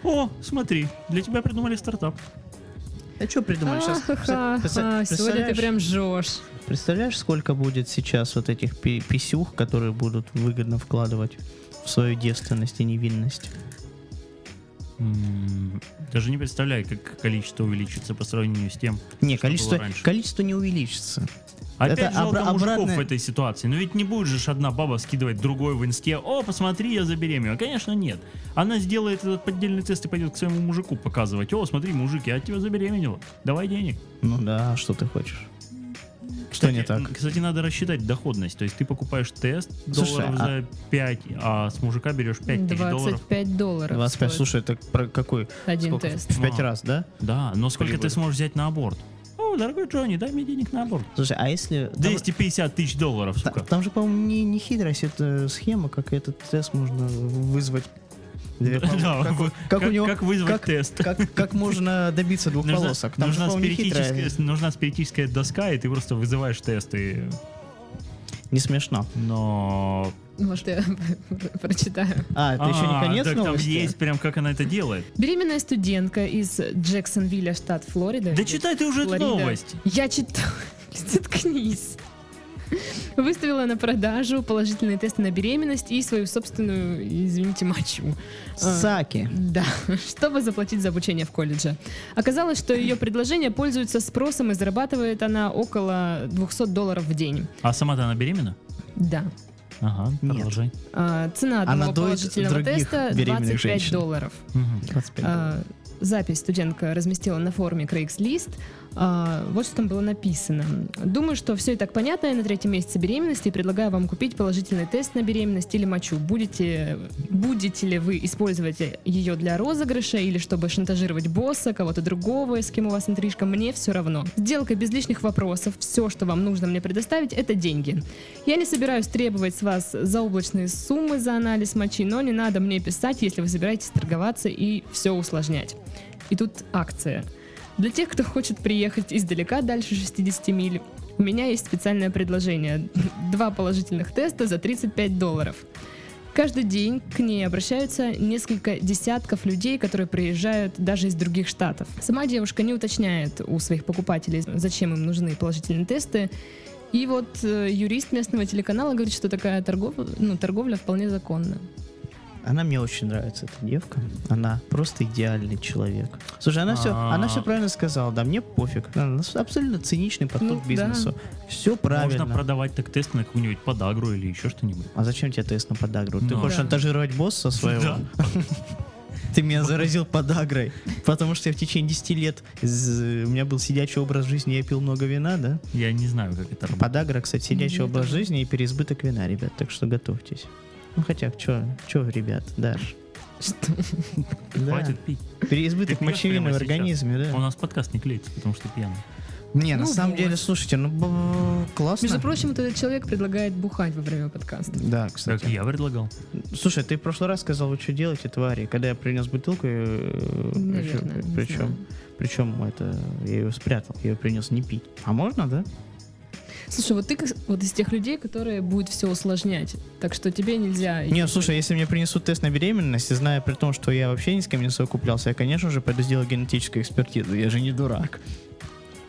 D: О, смотри, для тебя придумали стартап.
C: А что придумали сейчас?
B: Ахаха, сегодня ты прям жжешь.
C: Представляешь, сколько будет сейчас вот этих пи- писюх, которые будут выгодно вкладывать в свою девственность и невинность?
D: М, Даже не представляю, как количество увеличится по сравнению с тем.
C: Не,
D: Что
C: количество,
D: было раньше?
C: количество не увеличится.
D: Опять
C: Это
D: жалко
C: обра-
D: мужиков
C: обратное-
D: в этой ситуации. Но ведь не будет же ж одна баба скидывать другой в инсте. О, посмотри, я забеременела. Конечно, нет. Она сделает этот поддельный тест и пойдет к своему мужику показывать. О, смотри, мужик, я от тебя забеременела. Давай денег.
C: Ну да, а что ты хочешь? Что не так?
D: М, Кстати, надо рассчитать доходность. То есть ты покупаешь тест
C: Слушай,
D: долларов
C: а-
D: за 5, а с мужика берешь 5 тысяч долларов.
B: 25 долларов
C: 25,
B: стоит
C: слушай, это про какой?
B: один
C: Сколько?
B: тест.
C: В пять
D: А.
C: раз, да?
D: Да, но сколько
C: Прибыль.
D: ты сможешь взять на аборт? О, дорогой Джонни, дай мне денег на аборт.
C: Слушай, а если... там-
D: 250 тысяч долларов,
C: та- Там,
D: сука.
C: же, по-моему, не, не хитрость, это схема, как этот тест можно вызвать. Две полоски.
D: Да,
C: как, у-
D: вы-
C: как у
D: как-
C: него...
D: как вызвать
C: как-
D: тест?
C: Как, как можно добиться двух
D: Нужна,
C: полосок? Там же,
D: нужна,
C: по-моему, не хитрая.
D: спиритическая, нужна спиритическая доска, и ты просто вызываешь тесты.
C: Не смешно.
D: Но...
B: Вот я прочитаю.
C: А, это еще не
D: А,
C: конец
D: так там
C: новости?
D: есть прям, как она это делает.
B: Беременная студентка из Джексонвилля, штат Флорида.
D: Да читай ты уже эту
B: Флорида.
D: новость.
B: Я читаю. Заткнись. Выставила на продажу положительные тесты на беременность и свою собственную, извините, мочу.
C: Саки.
B: Да, чтобы заплатить за обучение в колледже. Оказалось, что ее предложение пользуется спросом и зарабатывает она около 200 долларов в день.
D: А сама-то она беременна?
B: Да.
D: Ага,
C: Нет.
D: продолжай.
B: А, Цена
C: Она
B: одного
C: доит
B: положительного
C: других
B: теста
C: беременных
B: 25
C: женщин.
B: долларов.
C: 25.
B: А, Запись студентка разместила на форуме Craigslist. А, Вот что там было написано. Думаю, что все и так понятно. Я на третьем месяце беременности и предлагаю вам купить положительный тест на беременность или мочу. Будете, будете ли вы использовать ее для розыгрыша или чтобы шантажировать босса, кого-то другого, с кем у вас интрижка, мне все равно. Сделка без лишних вопросов. Все, что вам нужно мне предоставить, это деньги. Я не собираюсь требовать с вас заоблачные суммы за анализ мочи, но не надо мне писать, если вы собираетесь торговаться и все усложнять. И тут акция. Для тех, кто хочет приехать издалека дальше 60 миль, у меня есть специальное предложение. Два положительных теста за 35 долларов. Каждый день к ней обращаются несколько десятков людей, которые приезжают даже из других штатов. Сама девушка не уточняет у своих покупателей, зачем им нужны положительные тесты. И вот э, юрист местного телеканала говорит, что такая торгов... ну, торговля вполне законна.
C: Она мне очень нравится, эта девка. Она просто идеальный человек. Слушай, она все,
D: А.
C: она все правильно сказала. Да, мне пофиг. Она у нас абсолютно циничный подход
B: Ну,
C: к бизнесу. Все
D: Можно
C: правильно.
D: продавать так тест на какую-нибудь подагру или еще что-нибудь.
C: А зачем тебе тест на подагру? Ты
D: Ну.
C: хочешь
B: Да.
C: шантажировать босса своего?
D: Да.
C: Ты меня заразил подагрой, потому что я в течение 10 лет з- у меня был сидячий образ жизни, я пил много вина, да?
D: Я не знаю, как это работает.
C: Подагра, кстати, сидячий
B: Мгм,
C: образ
B: тоже.
C: жизни и переизбыток вина, ребят, так что готовьтесь. Ну хотя, чё, чё, ребят, Даш?
B: Что?
C: Да.
D: Хватит пить.
C: Переизбыток
D: Ты пьёшь
C: мочевины в
D: прямо сейчас?
C: организме, да?
D: У нас подкаст не клеится, потому что пьяный.
C: Не, на
B: Ну
C: самом
B: вот.
C: деле, слушайте, ну б- классно.
B: Между прочим, вот этот человек предлагает бухать во время подкаста.
C: да,
D: Как
C: кстати.
D: я предлагал.
C: Слушай, ты в прошлый раз сказал, вы что делаете, твари? Когда я принес бутылку, э,
B: Наверное. не знаю.
C: причем, причем это я ее спрятал, я ее принес не пить. А можно, да?
B: Слушай, вот ты как- вот из тех людей, которые будут все усложнять. Так что тебе нельзя.
C: Не, слушай, если мне принесут тест на беременность, и зная при том, что я вообще ни с кем не совокуплялся, я, конечно же, пойду сделаю генетическую экспертизу. Я же не дурак.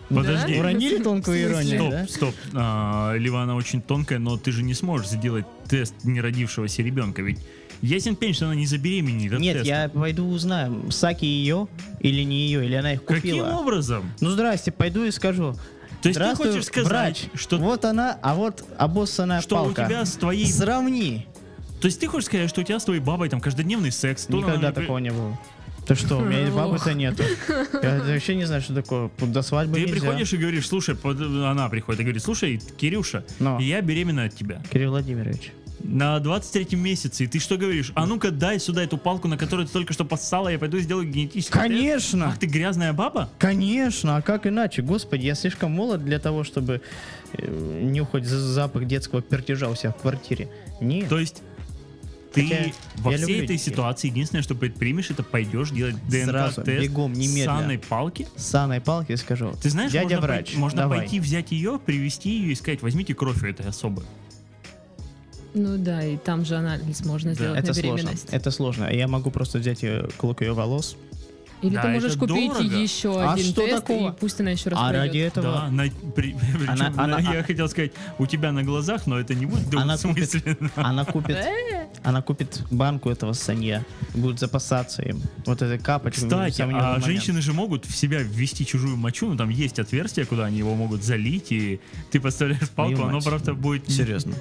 D: Подожди.
C: Уронили тонкую
B: В смысле?
C: иронию, да?
D: Стоп, стоп. А, Либо она очень тонкая, но ты же не сможешь сделать тест неродившегося ребенка, ведь Ясен пень, что она не забеременеет от
C: Нет,
D: теста.
C: я пойду узнаю, Саки ее или не ее, или она их
D: Каким
C: купила.
D: образом?
C: Ну здрасте, пойду и скажу.
D: То есть ты
C: Здравствуй,
D: хочешь сказать,
C: врач.
D: что,
C: вот она, а вот обоссанная
D: что у
C: палка.
D: тебя с твоей...
C: Сравни.
D: То есть ты хочешь сказать, что у тебя с твоей бабой там каждодневный секс? то она
C: Никогда
D: мне при-
C: такого не было. Ты что, у меня и
B: Ох.
C: бабы-то нету. Я вообще не знаю, что такое. До свадьбы
D: Ты
C: нельзя.
D: приходишь и говоришь, слушай, под- она приходит и говорит, слушай, Кирюша,
C: Но.
D: я беременна от тебя.
C: Кирилл Владимирович.
D: На 23 месяце, и ты что говоришь? А ну-ка дай сюда эту палку, на которую ты только что поссала, я пойду сделаю генетический тест».
C: Конечно!
D: Ах, ты грязная баба?
C: Конечно, а как иначе? Господи, я слишком молод для того, чтобы э, нюхать за- запах детского пертежа у себя в квартире. Нет.
D: То есть ты
C: Хотя
D: во
C: я
D: всей
C: люблю
D: этой
C: детей.
D: ситуации единственное, что предпримешь, это пойдешь делать
C: Сразу,
D: ДНК-тест
C: бегом, немедля.
D: с санной палки.
C: С Анной палки скажу.
D: Ты знаешь,
C: дядя
D: можно, пой-
C: врач,
D: можно
C: давай.
D: пойти взять ее, привести ее и сказать, возьмите кровь у этой особы.
B: Ну да, и там же анализ можно сделать
C: Это
B: на
C: сложно.
B: беременность.
C: Это сложно. Я могу просто взять ее, клок ее волос.
B: Или
D: Да,
B: ты можешь
D: это
B: купить
D: дорого.
B: еще
C: А
B: один
C: что
B: тест,
C: такого?
B: и пусть она еще раз
C: а
B: пройдет.
C: ради этого
D: Да, на- при- причем
C: Она-
D: на-
C: она-
D: я хотел сказать, у тебя на глазах, но это не будет
C: Она купит-
D: двусмысленно.
C: она купит,
B: Э,
C: она купит банку этого санья. Будет запасаться им. Вот этой капочкой. в
D: Кстати,
C: самый
D: а
C: момент.
D: женщины же могут в себя ввести чужую мочу, но там есть отверстие, куда они его могут залить, и ты подставляешь палку,
C: Твою
D: оно
C: мать.
D: просто будет...
C: Серьезно.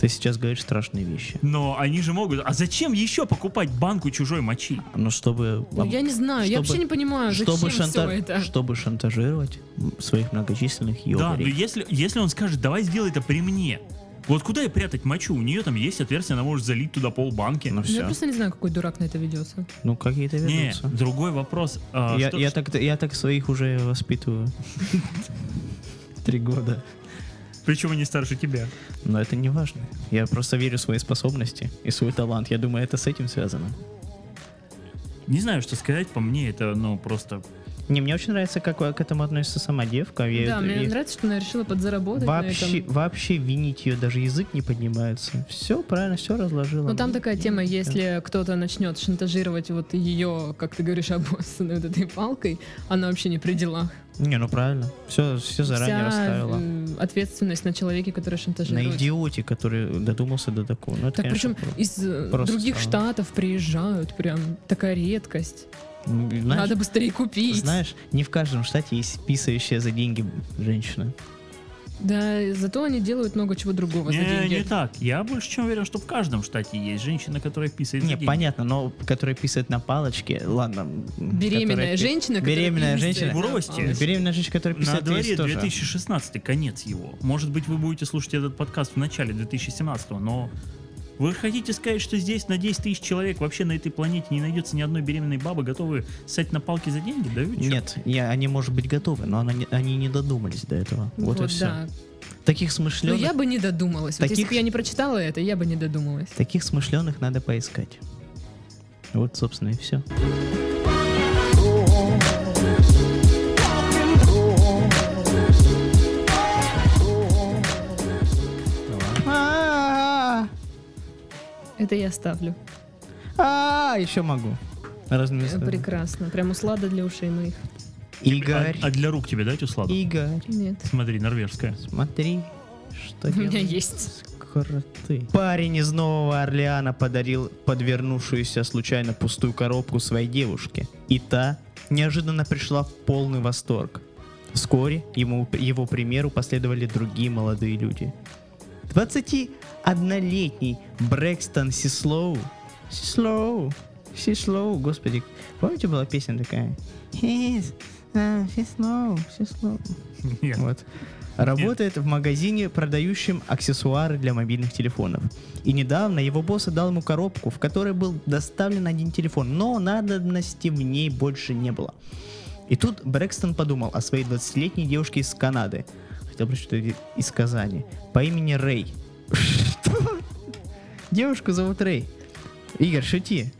C: Ты сейчас говоришь страшные вещи.
D: Но они же могут... А зачем еще покупать банку чужой мочи?
C: Но чтобы...
B: ну, я не знаю, я
C: Чтобы-
B: вообще не понимаю, зачем
C: чтобы,
B: все
C: шанта-
B: это.
C: чтобы шантажировать м, своих многочисленных
D: Да, ну но
C: ёбарей.
D: если, если он скажет, давай сделай это при мне, вот куда ей прятать мочу? У нее там есть отверстие, она может залить туда полбанки.
C: Ну
B: Ну, Я
C: все.
B: просто не знаю, какой дурак на это ведется.
C: Ну какие-то
D: Не,
C: вернутся.
D: другой вопрос. а,
C: я,
D: что-
C: я так, я так своих уже воспитываю. Три года.
D: Причем они старше тебя.
C: Но это не важно. Я просто верю в свои способности и свой талант. Я думаю, это с этим связано.
D: Не знаю, что сказать, по мне это, ну, просто...
C: Не, мне очень нравится, как к этому относится сама девка. Я-
B: да, мне
C: я-
B: нравится, что она решила подзаработать на
C: вообще,
B: этом.
C: вообще винить ее даже язык не поднимается. Все правильно, все разложила.
B: Но там
C: Ну,
B: такая
C: и-
B: тема, если кто-то начнет шантажировать вот ее, как ты говоришь, обоссанной вот этой палкой, она вообще не при делах.
C: Не, ну правильно. Все, все заранее
B: Вся
C: расставила.
B: м, ответственность на человеке, который
C: На
B: шантажирует.
C: идиоте, который додумался до такого. Ну, это,
B: Так
C: конечно,
B: причем из э,
C: просто
B: других
C: странно.
B: штатов приезжают, прям такая редкость.
C: круто. Ну, знаешь,
B: Надо быстрее купить.
C: знаешь, не в каждом штате есть писающая за деньги женщина.
B: Да, и зато они делают много чего другого за
D: Не,
B: деньги.
D: не так. Я больше чем уверен, что в каждом штате есть женщина, которая писает за
C: Не,
D: деньги.
C: понятно, но которая писает на палочке, ладно. м,
B: Беременная
C: которая пи-
B: женщина, которая
C: Беременная
B: писает
C: женщина.
B: на
D: В росте.
B: палочке.
C: Беременная женщина, которая
D: Э, На
C: писает,
D: дворе
C: есть тоже.
D: 2016 конец его. Может быть, вы будете слушать этот подкаст в начале 2017, но вы хотите сказать, что здесь на 10 тысяч человек вообще на этой планете не найдется ни одной беременной бабы, готовы ссать на палки за деньги? Да вы чё?
C: Нет, я, они, может быть, готовы, но она не- они не додумались до этого. Вот, и все.
B: да.
C: Таких
B: Ну
C: смышленых,
B: я бы не додумалась. Вот если
C: Таких-
B: бы я не прочитала это, я бы не додумалась.
C: таких смышленых надо поискать. Вот, собственно, и все. А,
B: Это я ставлю.
C: еще А, могу. Разве
B: Э, Прекрасно. Прям услада для ушей моих.
C: Игорь,
D: А, а для рук тебе дать усладу?
C: Игорь,
B: Нет.
D: Смотри, норвежская.
C: смотри, что
B: У меня
C: делаешь.
B: есть.
C: Скоро ты. Парень из Нового Орлеана подарил подвернувшуюся случайно пустую коробку своей девушке. И та неожиданно пришла в полный восторг. Вскоре ему, его примеру последовали другие молодые люди. 21-летний Брэкстон Сислоу. Сислоу. Сислоу, господи. Помните, была песня такая? He's, uh, Сислоу, Сислоу.
D: Нет.
C: Вот. Работает в магазине, продающем аксессуары для мобильных телефонов. И недавно его босс дал ему коробку, в которой был доставлен один телефон, но надобности в ней больше не было. И тут Брэкстон подумал о своей 20-летней девушке из Канады, хотел бы что из Казани, по имени Рэй. Что? Девушку зовут Рэй. Игорь, шути.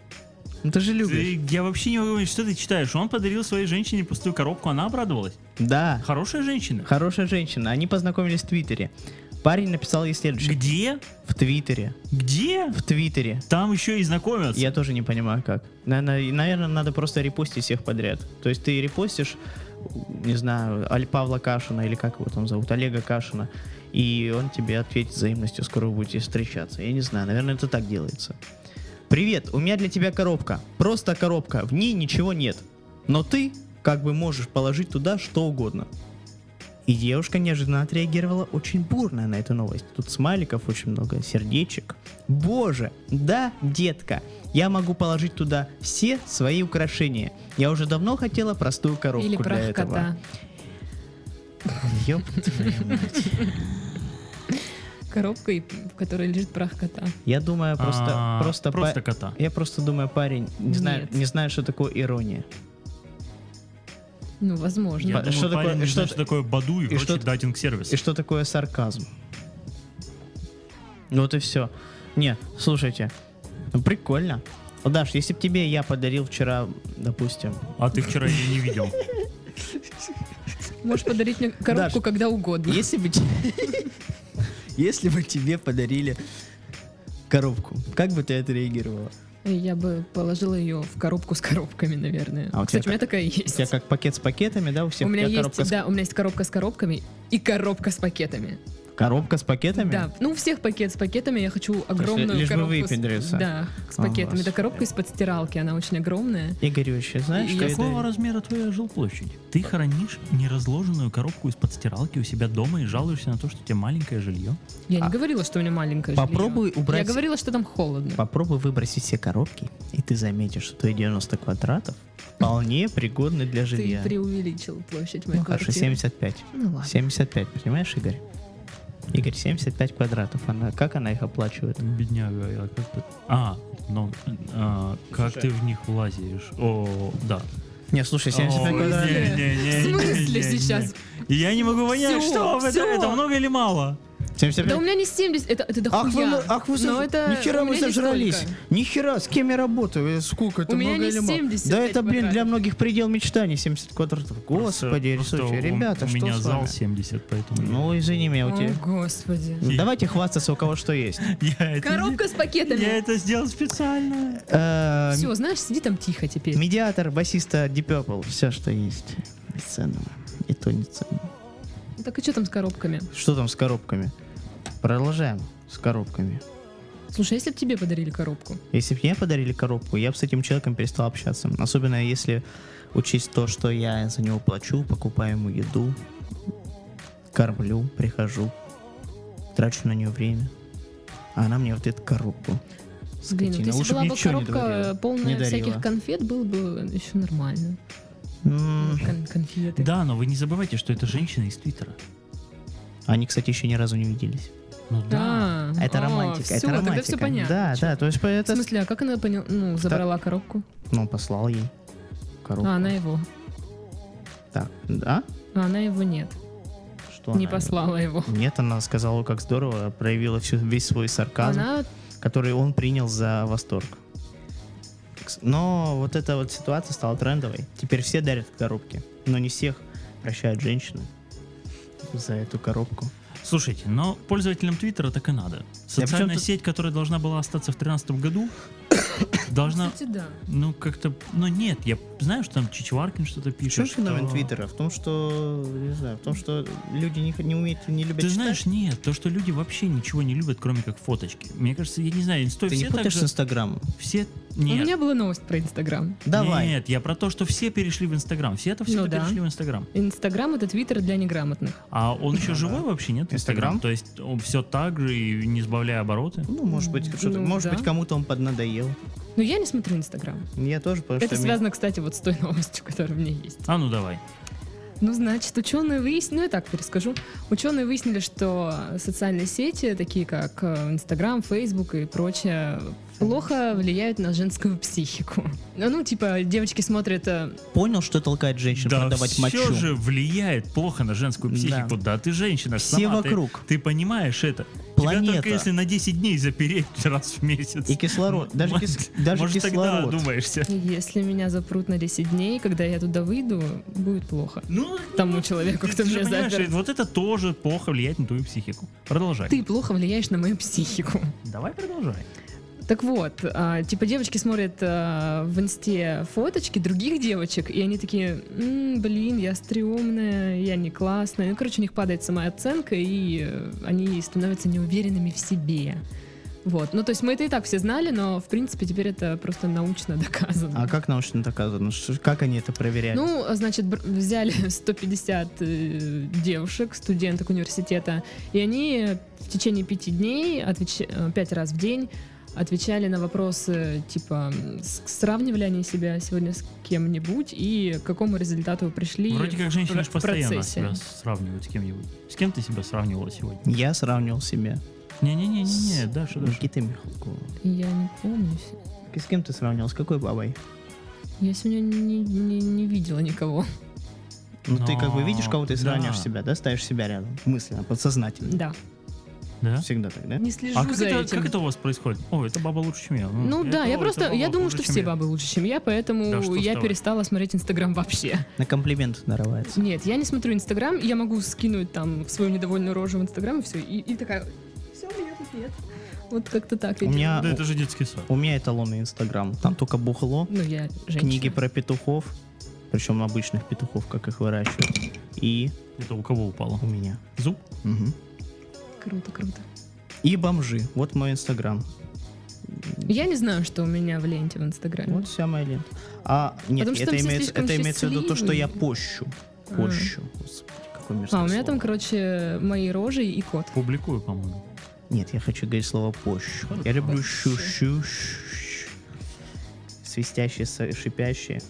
C: Ну ты же любишь.
D: Ты- я вообще не уверен, что ты читаешь. Он подарил своей женщине пустую коробку, она обрадовалась.
C: Да,
D: Хорошая женщина.
C: хорошая женщина. Они познакомились в Твиттере. Парень написал ей следующее.
D: Где?
C: В Твиттере.
D: Где?
C: В Твиттере.
D: Там еще и знакомятся.
C: Я тоже не понимаю, как. Наверное, надо просто репостить всех подряд. То есть ты репостишь, не знаю, Аль Павла Кашина, или как его там зовут, Олега Кашина, и он тебе ответит взаимностью, скоро вы будете встречаться. Я не знаю, наверное, это так делается. Привет, у меня для тебя коробка. Просто коробка, в ней ничего нет. Но ты как бы можешь положить туда что угодно. И девушка неожиданно отреагировала очень бурно на эту новость. Тут смайликов очень много, сердечек. Боже, да, детка, я могу положить туда все свои украшения. Я уже давно хотела простую коробку
B: Или
C: для
B: прах
C: этого.
B: кота.
C: Ёб твою мать.
B: Коробка, и- в которой лежит прах кота.
C: Я думаю, просто,
D: А,
C: просто, па-
D: просто кота.
C: Я просто думаю, парень не знает,
B: Нет.
C: не знает, что такое ирония.
B: Ну, возможно.
D: Я
C: Ба-
D: думаю,
C: что такое-
D: парень не
C: что
D: знает,
C: та-
D: что такое Баду и,
C: и что
D: прочий
C: т-
D: датинг-сервис.
C: И что такое сарказм? Ну Вот и все. Не, слушайте, ну, прикольно. Даш, если бы тебе я подарил вчера, допустим,
D: А ты вчера ее не видел.
B: Можешь подарить мне коробку
C: Даш,
B: когда угодно.
C: если бы те- если бы тебе подарили коробку, как бы ты отреагировала?
B: Я бы положила ее в коробку с коробками, наверное.
C: А у тебя
B: Кстати, у меня
C: как-
B: такая
C: У
B: есть.
C: тебя как пакет с пакетами, да, у всех?
B: у меня
C: тебя
B: есть,
C: коробка, с...
B: да, у меня есть коробка с коробками и коробка с пакетами.
C: коробка с пакетами?
B: Да, ну у всех пакет с пакетами, я хочу огромную
C: лишь бы
B: коробку. с-
C: выпендриться.
B: Да, с
C: А,
B: пакетами. Это
C: господи.
B: коробка из-под стиралки, она очень огромная.
C: Игорь Ильич, знаешь,
B: И
C: что я
D: Какого
C: дарю?
D: размера твоя жилплощадь? Ты хранишь неразложенную коробку из-под стиралки у себя дома и жалуешься на то, что тебе маленькое жилье?
B: Я
C: А.
B: не говорила, что у меня маленькая
C: Попробуй
B: жильё.
C: убрать-
B: Я говорила, что там холодно.
C: Попробуй выбросить все коробки, и ты заметишь, что твои 90 квадратов вполне пригодны для
B: Ты
C: жилья.
B: преувеличил площадь моей
C: Ну хорошо,
B: квартиры.
C: 75.
B: Ну ладно.
C: 75, понимаешь, Игорь? Игорь, 75 квадратов. Она, как она их оплачивает?
D: Бедняга, я как ты... А, ну, а, как ты в них влазишь? О, да.
C: Не, слушай,
D: О,
C: 75 квадратов.
D: не, не, не,
B: В смысле
D: не, не, не.
B: сейчас?
D: Я не могу понять,
B: Всё,
D: что в этом-
B: всё.
D: это много или мало?
C: 75?
B: Да у меня не 70, это, это дохуя.
C: Ах вы, ах вы,
B: Но
C: заж-
B: это
C: нихера
B: у
C: вы
B: меня не
C: зажрались.
B: столько.
C: Нихера, с кем я работаю? Э, Сколько это
B: меня
C: много
B: не
C: или мало?
B: 75
C: Да это, блин, для
B: квадратов.
C: многих предел мечтаний 70 квадратов. Господи,
D: Просто-
C: слушай,
D: просто у-
C: ребята,
D: у
C: что
D: меня
C: с
D: зал
C: вами?
D: 70, поэтому...
C: Ну, извини меня, у тебя...
B: О, господи.
C: Ну, Давайте хвастаться у кого что есть.
D: я это-
B: Коробка с
D: Я
B: пакетами.
D: это сделал специально.
C: Э,
B: Все, знаешь, сиди там тихо теперь.
C: Медиатор басиста Deep Purple. Все, что есть. Из ценного. И то не ценного.
B: Ну Так и что там с коробками?
C: Что там с коробками? Продолжаем с коробками.
B: Слушай, а если бы тебе подарили коробку?
C: Если бы мне подарили коробку, я бы с этим человеком перестал общаться. Особенно если учесть то, что я за него плачу, покупаю ему еду, кормлю, прихожу, трачу на нее время. А она мне вот эту коробку.
B: Блин, ну,
C: Скотина.
B: если
C: Лучше б
B: была бы
C: ничего не
B: коробка э,
C: дарила.
B: полная
C: Не дарила.
B: всяких конфет, было бы еще нормально.
C: М,
B: Кон- конфеты.
D: Да, но вы не забывайте, что это женщина из Твиттера.
C: Они, кстати, еще ни разу не виделись.
D: Ну да.
B: А,
C: Это
B: а,
C: романтика.
B: всё,
C: это романтика.
B: Тогда все понятно.
C: Да, да. То есть по-
B: В
C: это
B: смысле, а как она поняла? Ну, забрала коробку.
C: Ну, послал ей коробку.
B: А она его.
C: Так, да?
B: А она его нет.
C: Что
B: не
C: она-
B: послала его.
C: Нет, она сказала, как здорово, проявила всю, весь свой сарказм,
B: Она
C: который он принял за восторг. Кс- Но вот эта вот ситуация стала трендовой. Теперь все дарят коробки, но не всех прощают женщины за эту коробку.
D: Слушайте, но пользователям Твиттера так и надо. Социальная
C: причём тут-
D: сеть, которая должна была остаться в 2013 году, должна,
B: Кстати, да.
D: ну как-то, ну нет, я знаю, что там Чичваркин что-то
C: Что
D: пишет.
C: феномен
D: что-
C: Твиттера? В том, что, не знаю, в том, что люди не, х- не умеют, не любят
D: Ты
C: читать?
D: знаешь, нет, то, что люди вообще ничего не любят, кроме как фоточки. Мне кажется, я не знаю, инстой
C: Ты не
D: все так
C: путаешь с
D: же...
C: Инстаграмом?
D: Все...
B: У
D: Нет.
B: меня была новость про Инстаграм.
C: Давай.
D: Нет, я про то, что все перешли в Инстаграм. Все это все
B: Ну да.
D: перешли в Инстаграм.
B: Инстаграм это твиттер для неграмотных.
D: А он еще
C: Ну да.
D: живой вообще, нет?
C: Инстаграм?
D: То есть он все так же и не сбавляя обороты.
C: Ну, может быть, что-то,
B: Ну,
C: может
B: да.
C: быть, кому-то он поднадоел.
B: Но я не смотрю Инстаграм.
C: Я тоже, потому
B: Это
C: что...
B: связано, кстати, вот с той новостью, которая у меня есть.
D: А ну давай.
B: Ну, значит, ученые выяснили, ну, я так перескажу. Ученые выяснили, что социальные сети, такие как э, Инстаграм, Фейсбук и прочее, плохо влияют на женскую психику. Ну, ну, типа, девочки смотрят... э,
C: Понял, что толкает женщин продавать
D: все
C: мочу?
D: же влияет плохо на женскую психику. Да, ты женщина, ж
C: Все
D: сама, ты-
C: вокруг.
D: Ты, понимаешь это. Тебя
C: Планета.
D: только если на 10 дней запереть раз в месяц.
C: И кислород, даже, кис-
D: Может,
C: даже
D: может,
C: кислород.
D: тогда одумаешься.
B: Если меня запрут на 10 дней, когда я туда выйду, будет плохо.
D: Ну,
B: Тому человеку,
D: ты
B: кто
D: же
B: меня
D: понимаешь,
B: запер.
D: Вот это тоже плохо влияет на твою психику. Продолжай.
B: Ты плохо влияешь на мою психику.
D: Давай продолжай.
B: Так вот, а, типа девочки смотрят а, в инсте фоточки других девочек, и они такие, «М, блин, я стрёмная, я не классная. Ну, короче, у них падает самооценка, и э, они становятся неуверенными в себе. Вот. Ну, то есть мы это и так все знали, но, в принципе, теперь это просто научно доказано.
C: А как научно доказано? Ш- Как они это проверяли?
B: Ну, значит, бр- взяли 150 э, девушек, студенток университета, и они в течение пяти дней, отвеч- э, пять раз в день, отвечали на вопросы, типа, м, с- сравнивали они себя сегодня с кем-нибудь и к какому результату пришли
D: Вроде как женщины
B: про-
D: же постоянно
B: процессе.
D: себя сравнивают с кем-нибудь. С кем ты себя сравнивала сегодня?
C: Я сравнивал себя
D: Не-не-не-не,
C: С
D: Даша, Даша.
C: Никитой Михалковым.
B: Я не помню. с-
C: Ты С кем ты сравнивал? С какой бабой?
B: Я сегодня не, не- не видела никого.
C: Ну, ты как бы
D: Но-
C: видишь, кого ты
D: да.
C: сравниваешь себя, да? Ставишь себя рядом. Мысленно, подсознательно.
B: Да.
D: Да?
C: Всегда так, да?
B: Не слежу
D: А как
B: за
D: это,
B: этим.
D: как это у вас происходит? О, эта баба лучше, чем я.
B: Ну да,
D: это-
B: я
D: о,
B: просто,
D: эта
B: я
D: баба
B: думаю,
D: хуже,
B: что
D: чем
B: все
D: я.
B: бабы лучше, чем я, поэтому
D: Да что ж
B: я
D: давай.
B: перестала смотреть Инстаграм вообще.
C: На комплименты нарывается.
B: Нет, я не смотрю Инстаграм, я могу скинуть там свою недовольную рожу в Инстаграм и все, и, и такая, все, меня тут нет. Вот как-то так. я
C: У меня,
D: Да это же детский сад.
C: у меня эталонный инстаграм. Там только бухло,
B: делаю. Ну я женщина.
C: книги про петухов, причем обычных петухов, как их выращивать, и
D: Это у кого упало?
C: у меня.
D: Зуб?
C: Мгм.
B: Круто, круто.
C: И бомжи. Вот мой инстаграм.
B: Я не знаю, что у меня в ленте в Инстаграме.
C: Вот вся моя лента. А, нет,
B: Потому что
C: это
B: там все
C: имеется,
B: слишком
C: это имеется в виду то, что я пощу.
B: А.
C: Пощу. Господи, какое мерзкое
B: А, у меня там,
C: слово.
B: короче, мои рожи и кот.
D: Публикую, по-моему.
C: Нет, я хочу говорить слово пощу.
D: Хорошо.
C: Я люблю
B: Пощу.
C: щу-щу. щ- Свистящие, со- шипящие.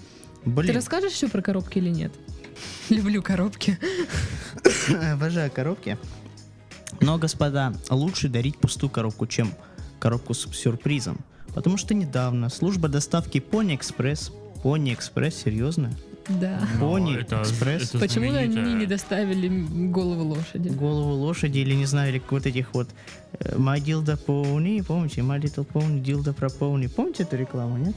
B: Ты
C: Блин,
B: расскажешь еще про коробки или нет? Люблю коробки.
C: обожаю коробки. Но, господа, лучше дарить пустую коробку, чем коробку с сюрпризом. Потому что недавно служба доставки Pony Express, Pony Express, серьезно?
B: Да.
D: Но
C: Пони,
D: это-
C: экспресс.
D: это
B: Почему они
D: знаменитая-
C: а.
B: не доставили м, голову лошади?
C: Голову лошади или, не знаю, или вот этих вот э, My Dildo Pony, помните? My Little Pony, Dildo про Pony. Помните эту рекламу, нет?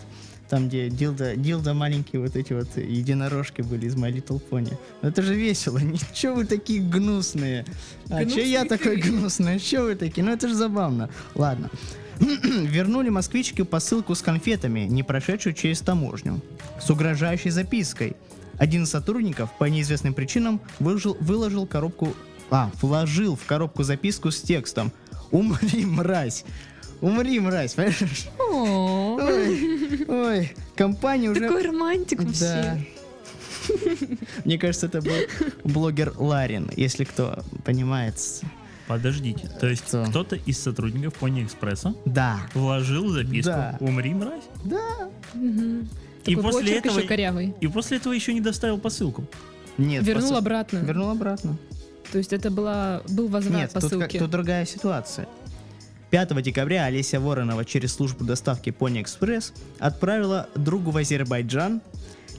C: Там, где дилда, дилда маленькие вот эти вот единорожки были из My Little Pony. Ну, Это же весело. Ничего вы такие гнусные. А че я
B: Гнусный
C: такой
B: ты.
C: гнусный? Че вы такие? Ну это же забавно. Ладно. Вернули москвичке посылку с конфетами, не прошедшую через таможню, с угрожающей запиской. Один из сотрудников по неизвестным причинам выложил, выложил коробку... А, вложил в коробку записку с текстом «Умри, мразь!» Умри, мразь, понимаешь?
B: О,
C: Ой, ой, компания уже...
B: Такой романтик
C: Да.
B: вообще.
C: Мне кажется, это был блогер Ларин, если кто понимает.
D: Подождите. То есть
C: Что?
D: кто-то из сотрудников Пони Экспресса
C: Да.
D: вложил записку
C: Да.
D: «Умри, мразь».
B: Мгм.
D: И
B: Такой
D: после,
B: почерк
D: этого,
B: еще корявый.
D: и после этого еще не доставил посылку.
C: Нет,
B: Вернул
C: посыл-
B: обратно.
C: Вернул обратно.
B: То есть это была, был возврат
C: Нет, тут, как-
B: посылки.
C: тут другая ситуация. 5 декабря Олеся Воронова через службу доставки Pony Express отправила другу в Азербайджан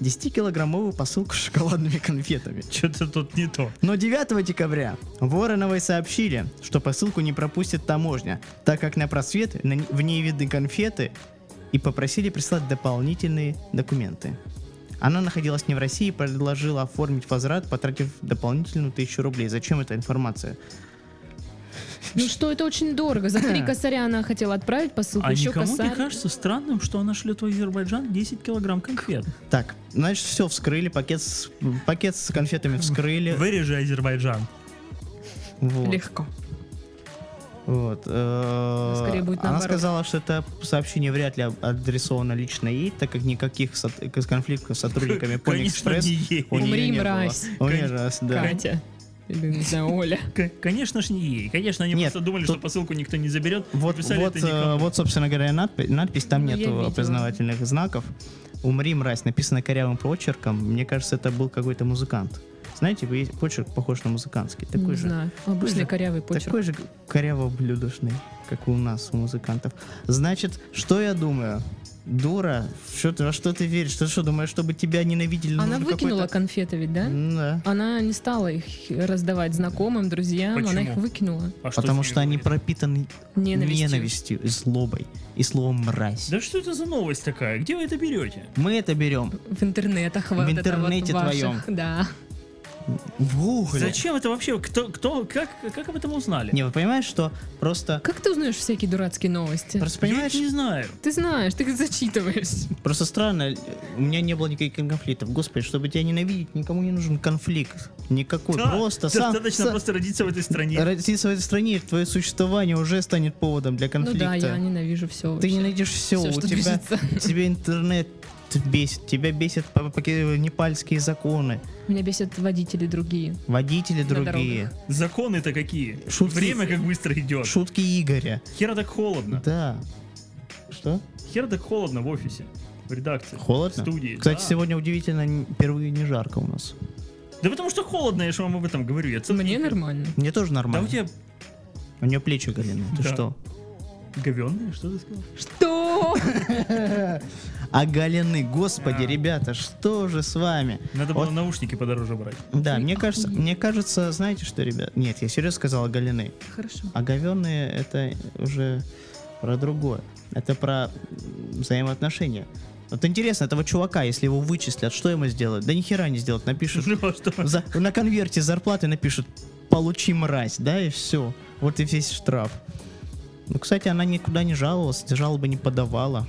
C: 10-килограммовую посылку с шоколадными конфетами.
D: Что-то тут не то.
C: Но 9 декабря Вороновой сообщили, что посылку не пропустит таможня, так как на просвет на н- в ней видны конфеты и попросили прислать дополнительные документы. Она находилась не в России и предложила оформить возврат, потратив дополнительную тысячу рублей. Зачем эта информация?
B: Ну что, это очень дорого. За три косаря она хотела отправить посылку,
D: А
B: еще
D: никому
B: косарь.
D: не кажется странным, что она шлет в Азербайджан 10 килограмм конфет?
C: Так, значит, все вскрыли, пакет с, м, пакет с конфетами вскрыли.
D: Вырежи Азербайджан.
C: Вот.
B: Легко.
C: Вот, э,
B: Ну, Скорее будет
C: Она
B: наоборот.
C: сказала, что это сообщение вряд ли адресовано лично ей, так как никаких сот- э, конфликтов с сотрудниками Pony
D: Конечно,
C: Express
D: не ей.
C: у нее
B: Умри,
C: не было.
B: мразь.
C: Умри,
D: Кон-
C: мразь, да.
B: Катя. Или, не знаю, Оля.
D: К- Конечно же не ей. Конечно, они
C: Нет,
D: просто думали,
C: тут-
D: что посылку никто не заберет.
C: Вот,
D: Написали
C: вот,
D: это никому.
C: э, вот, собственно говоря, надпи- надпись, там
B: Ну, я
C: нету
B: видела.
C: опознавательных знаков. «Умри, мразь» написано корявым почерком. Мне кажется, это был какой-то музыкант. Знаете, есть почерк похож на музыкантский. Такой
B: не
C: же.
B: знаю. Обычный
C: же-
B: корявый почерк.
C: Такой же коряво-блюдошный, как и у нас, у музыкантов. Значит, что я думаю? Дура, что ты, во что ты веришь? Ты что, думаешь, чтобы тебя ненавидели?
B: Она
C: нужно
B: выкинула
C: какой-то-
B: конфеты ведь, да?
C: М, Да.
B: Она не стала их раздавать знакомым, друзьям. Она
D: Почему?
B: их выкинула.
D: А с
C: Потому
D: ними
C: что они
D: будет?
C: пропитаны
B: Ненавистью.
C: ненавистью и злобой, и словом «мразь».
D: Да что это за новость такая? Где вы это берете?
C: Мы это берем.
B: В интернетах вот это вот
C: интернете
B: ваших,
C: твоем.
B: Да.
C: В угле.
D: Зачем это вообще? Кто, кто, как, как об этом узнали?
C: Не, вы понимаете, что просто...
B: Как ты узнаешь всякие дурацкие новости?
C: Просто
D: Я их
C: понимаешь,
D: не знаю.
B: Ты знаешь, ты их зачитываешь.
C: просто странно, у меня не было никаких конфликтов. Господи, чтобы тебя ненавидеть, никому не нужен конфликт. Никакой.
D: Да,
C: просто сам...
D: Достаточно
C: сам-
D: просто родиться в этой стране.
C: Родиться в этой стране, и твое существование уже станет поводом для
B: Ну
C: конфликта.
B: да, я ненавижу все.
C: Ты ненавидишь все,
B: Всё,
C: у
B: что
C: тебя,
B: движется.
C: тебе интернет бесит, тебя бесят па- паки- непальские законы,
B: Меня бесят водители другие.
C: водители
B: На
C: другие,
D: Законы-то какие?
C: Шутки.
D: Время как быстро идет.
C: шутки Игоря.
D: Хера так холодно.
C: Да. Что?
D: Хера так холодно в офисе. В редакции.
C: Холодно?
D: В студии.
C: Кстати,
D: да.
C: сегодня удивительно н- впервые не жарко у нас.
D: Да потому что холодно, я же вам об этом говорю. Я целый
B: Мне
D: день-
B: нормально.
C: Мне тоже
D: Да у
C: нормально.
D: тебя
C: у, нее плечи голеные, ты
D: Да.
C: что?
D: говенные, что ты сказал?
B: Что?
C: А голены, господи,
D: Да.
C: ребята, что же с вами?
D: Надо
C: Вот.
D: было наушники подороже брать.
C: Да, мне кажется, мне кажется, знаете что, ребят? Нет, я серьезно сказал о голены.
B: Хорошо.
C: А говёные это уже про другое. Это про м, взаимоотношения. Вот интересно, этого чувака, если его вычислят, что ему сделают? Да нихера не сделать, напишут.
D: Ну а что?
C: за- на конверте зарплаты напишут «Получи мразь», да, и все. Вот и весь штраф. Ну, кстати, она никуда не жаловалась, жалобы не подавала.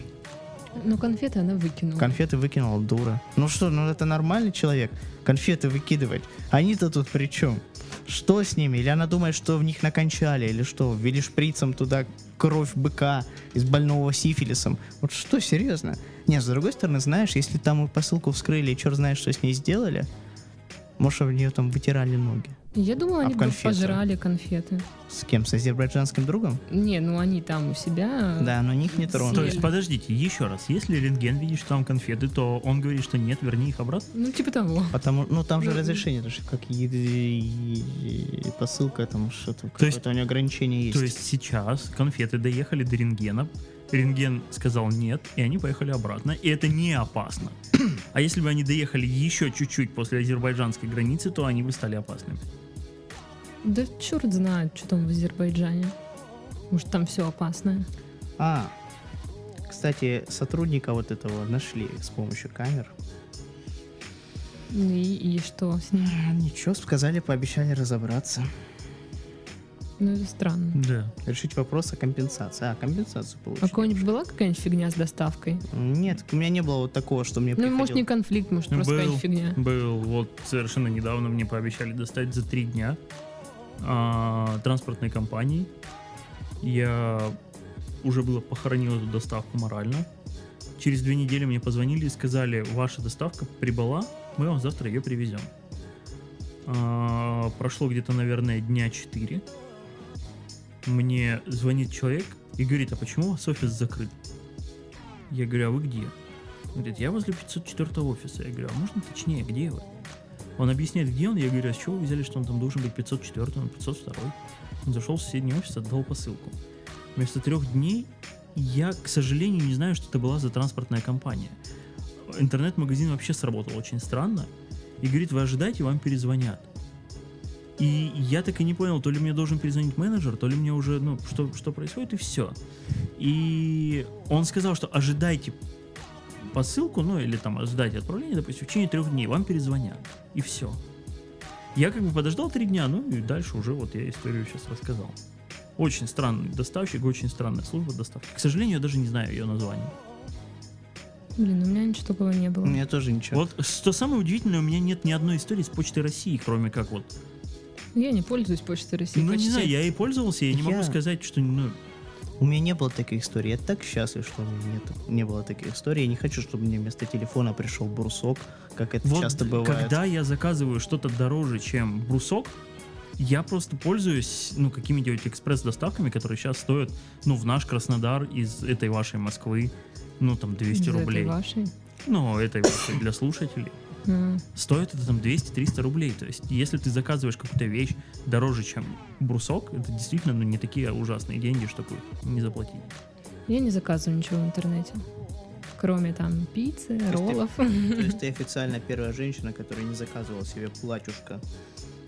B: Но Ну, конфеты она выкинула.
C: Конфеты выкинула дура. Ну что, ну это нормальный человек? Конфеты выкидывать. Они-то тут при чем? Что с ними? Или она думает, что в них накончали, или что, ввели шприцем туда кровь быка из больного сифилисом. Вот что, серьезно? Не, с другой стороны, знаешь, если там и посылку вскрыли, и черт знает, что с ней сделали, может, в нее там вытирали ноги.
B: Я думала,
C: А
B: они
C: в
B: бы
C: конфеты?
B: пожрали конфеты.
C: С кем? С азербайджанским другом?
B: Не, ну они там у себя.
C: Да, но них не
D: А То
C: тронули.
D: есть, подождите, еще раз. Если рентген видит, что там конфеты, то он говорит, что нет, верни их обратно.
B: Ну, типа того.
C: Потому, ну там же
B: Ну,
C: разрешение, потому что как еды- и посылка, там что-то,
D: То есть-
C: какое-то у нее ограничение есть.
D: То есть сейчас конфеты доехали до рентгена, рентген сказал нет, и они поехали обратно, и это не опасно. А если бы они доехали еще чуть-чуть после азербайджанской границы, то они бы стали опасными.
B: Да черт знает, что там в Азербайджане. Может, там все опасное.
C: А, кстати, сотрудника вот этого нашли с помощью камер.
B: Ну, И, и что с ним?
C: А, Ничего, сказали, пообещали разобраться.
B: Ну, это странно.
D: Да.
C: Решить вопрос о компенсации. А, компенсацию
B: А
C: получили.
B: у кого-нибудь была какая-нибудь фигня с доставкой?
C: Нет, у меня не было вот такого, что мне
B: Ну, может,
C: приходило.
B: не конфликт, может, просто
D: был,
B: какая-нибудь фигня.
D: был, вот совершенно недавно мне пообещали достать за три дня а, транспортной компании. Я уже было похоронил эту доставку морально. Через две недели мне позвонили и сказали, ваша доставка прибыла, мы вам завтра ее привезем. А, прошло где-то, наверное, дня 4. Мне звонит человек и говорит, а почему у вас офис закрыт? Я говорю, а вы где? Он говорит, я возле 504 офиса. Я говорю, а можно точнее, где вы? Он объясняет, где он. Я говорю, а с чего вы взяли, что он там должен быть 504, он 502? Он зашел в соседний офис, отдал посылку. Вместо трех дней я, к сожалению, не знаю, что это была за транспортная компания. Интернет-магазин вообще сработал очень странно. И говорит, вы ожидаете, вам перезвонят. И я так и не понял, то ли мне должен перезвонить менеджер, то ли мне уже, ну, что, что происходит, и все. И он сказал, что ожидайте посылку, ну или там ждать отправления, допустим, в течение трех дней вам перезвонят. И все. Я как бы подождал три дня, ну и дальше уже вот я историю сейчас рассказал. Очень странный доставщик, очень странная служба доставки. К сожалению, я даже не знаю ее название.
B: Блин, у меня ничего такого не было.
C: У меня тоже ничего.
D: Вот что самое удивительное, у меня нет ни одной истории с Почтой России, кроме как вот.
B: Ну, Я не пользуюсь почтой России.
D: Ну, не
B: почти.
D: знаю, я и пользовался, я не
C: Я-
D: могу сказать, что ну,
C: У меня не было таких историй. Я так счастлив, что у меня нет, не было таких историй. Я не хочу, чтобы мне вместо телефона пришел брусок, как это
D: Вот
C: часто бывает.
D: когда я заказываю что-то дороже, чем брусок, я просто пользуюсь, ну, какими-нибудь экспресс-доставками, которые сейчас стоят, ну, в наш Краснодар из этой вашей Москвы, ну, там, 200
B: Из-за этой
D: рублей.
B: вашей.
D: Ну, этой вашей для слушателей.
B: А,
D: Стоит это там 200-300 рублей. То есть, если ты заказываешь какую-то вещь дороже, чем брусок, это действительно, ну, не такие ужасные деньги, чтобы не заплатить.
B: Я не заказываю ничего в интернете. Кроме там пиццы,
C: есть ты-
B: роллов.
C: То есть ты официально первая женщина, которая не заказывала себе платьюшко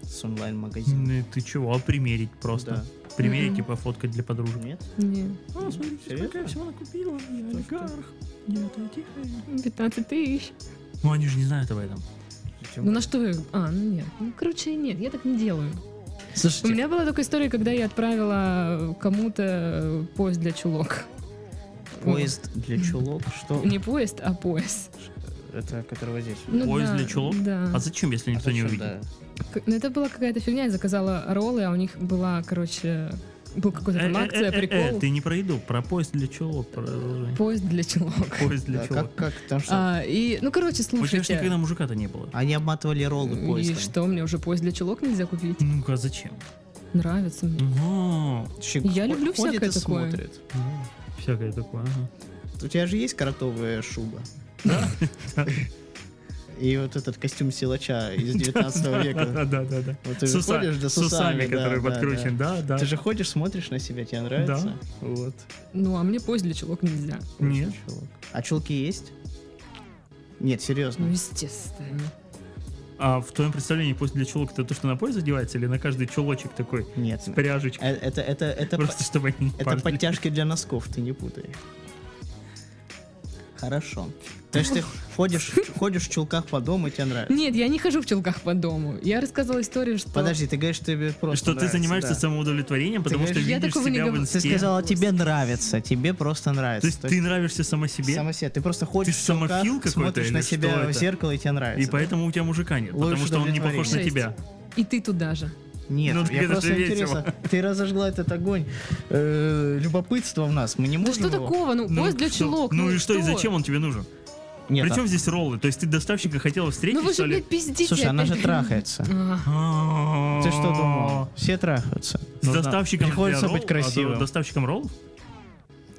C: с онлайн-магазина.
D: Ну, и ты чего? А Примерить просто. Примерить и
B: Мгм.
D: пофоткать для подружек.
C: Нет?
B: Не,
D: А, смотрите, сколько я
C: Серьезно?
D: всего накупила, я
C: Что ж ты?
D: олигарх. Нет, я тихая.
B: 15 тысяч.
D: Ну, они же не знают об этом.
C: Тем
E: этим.
B: Ну на что я... А, ну нет. Ну, короче, нет, я так не делаю. У
E: Слушайте,
B: меня была такая история, когда я отправила кому-то поезд для чулок.
C: Поезд для чулок, что?
B: Не поезд, а пояс.
C: Это которого здесь.
B: Ну
D: Поезд
B: да,
D: для чулок?
B: Да.
D: А зачем, если никто не
C: Зачем,
D: увидит?
C: да.
B: К- Ну это была какая-то фигня, я заказала роллы, а у них была, короче, был какой-то там
D: Э, э, э,
B: акция,
D: э,
B: прикол.
D: э, Ты не про еду, про поезд для чулок. продолжай.
B: Поезд для чулок.
D: Поезд для
C: Да,
D: чулок.
C: А Как, как, там что?
B: А, и, ну, короче,
D: У тебя же никогда
B: слушайте.
D: мужика-то не было.
C: Они обматывали роллы
B: И
C: поездом.
B: что, мне уже поезд для чулок нельзя купить?
D: Ну-ка, а зачем? Ну.
B: Нравится мне.
D: Ага,
C: Щек-
B: Я
C: хо-
B: люблю
C: ходит
B: всякое
C: и
B: такое.
C: смотрит.
D: м, Всякое такое. ага.
C: У тебя же есть кротовая шуба? И вот этот костюм силача из 19 века.
D: А, да, да, да.
C: Вот ты
D: С
C: же
D: уса-
C: ходишь, да, с
D: с усами,
C: усами, да,
D: который
C: да,
D: подкручен, да, да.
C: Ты же ходишь, смотришь на себя, тебе нравится? Вот.
B: Ну, а мне поезд для чулок нельзя.
D: Нет.
C: Очень чулок. А чулки есть? Нет,
B: Ну,
C: серьезно.
B: естественно.
D: А в твоем представлении поезд для чулок это то, что на поезд одевается, или на каждый чулочек такой
C: Нет.
D: с
C: Э,
D: пряжечкой?
C: Это, это, это, по-
D: Просто чтобы они не
C: это
D: падали.
C: подтяжки для носков, ты не путай. Хорошо. То есть ты ходишь, ходишь в чулках по дому, и тебе
D: Ну,
C: нравится.
B: Нет, я не хожу в чулках по дому. Я рассказывала историю, что...
C: Подожди, ты говоришь, что тебе просто
D: Что ты
C: нравится,
D: занимаешься
C: да.
D: самоудовлетворением, потому что
C: говоришь,
B: Я
D: видишь
B: такого не
D: себя в
B: говорю.
D: инсте.
C: Ты сказала, тебе нравится, тебе просто
D: То
C: нравится.
D: есть ты нравишься сама себе,
C: сама себе, ты просто ходишь
D: Ты
C: в чулках,
D: самофил какой-то
C: смотришь
D: или
C: на
D: что
C: себя в
D: это?
C: зеркало, и тебе
D: и
C: нравится.
D: поэтому у тебя мужика нет, потому
C: Лучше
D: что он не похож на
B: удовлетворение.
D: тебя.
B: И ты туда же.
C: Нет,
D: Ну,
C: я
D: это
C: просто
D: же весело.
C: интересно. Ты разожгла этот огонь э, любопытства в нас. Мы не
B: Да
C: можем
B: что
C: его-
B: такого? Ну,
D: Ну,
B: поезд для
D: что?
B: чулок.
D: Ну и что, и зачем он тебе нужен?
C: Нет,
D: Причем здесь роллы? То есть ты доставщика хотела встретить,
B: Ну вы
D: что
B: же,
D: ли?
B: блядь, пиздите.
C: а- Слушай, она же
B: опять.
C: трахается.
B: А,
C: Ты
D: Ты
C: что думал? Все трахаются.
D: С доставщиком для
C: Приходится быть
D: ролл- а,
C: красивым.
D: да, доставщиком роллов?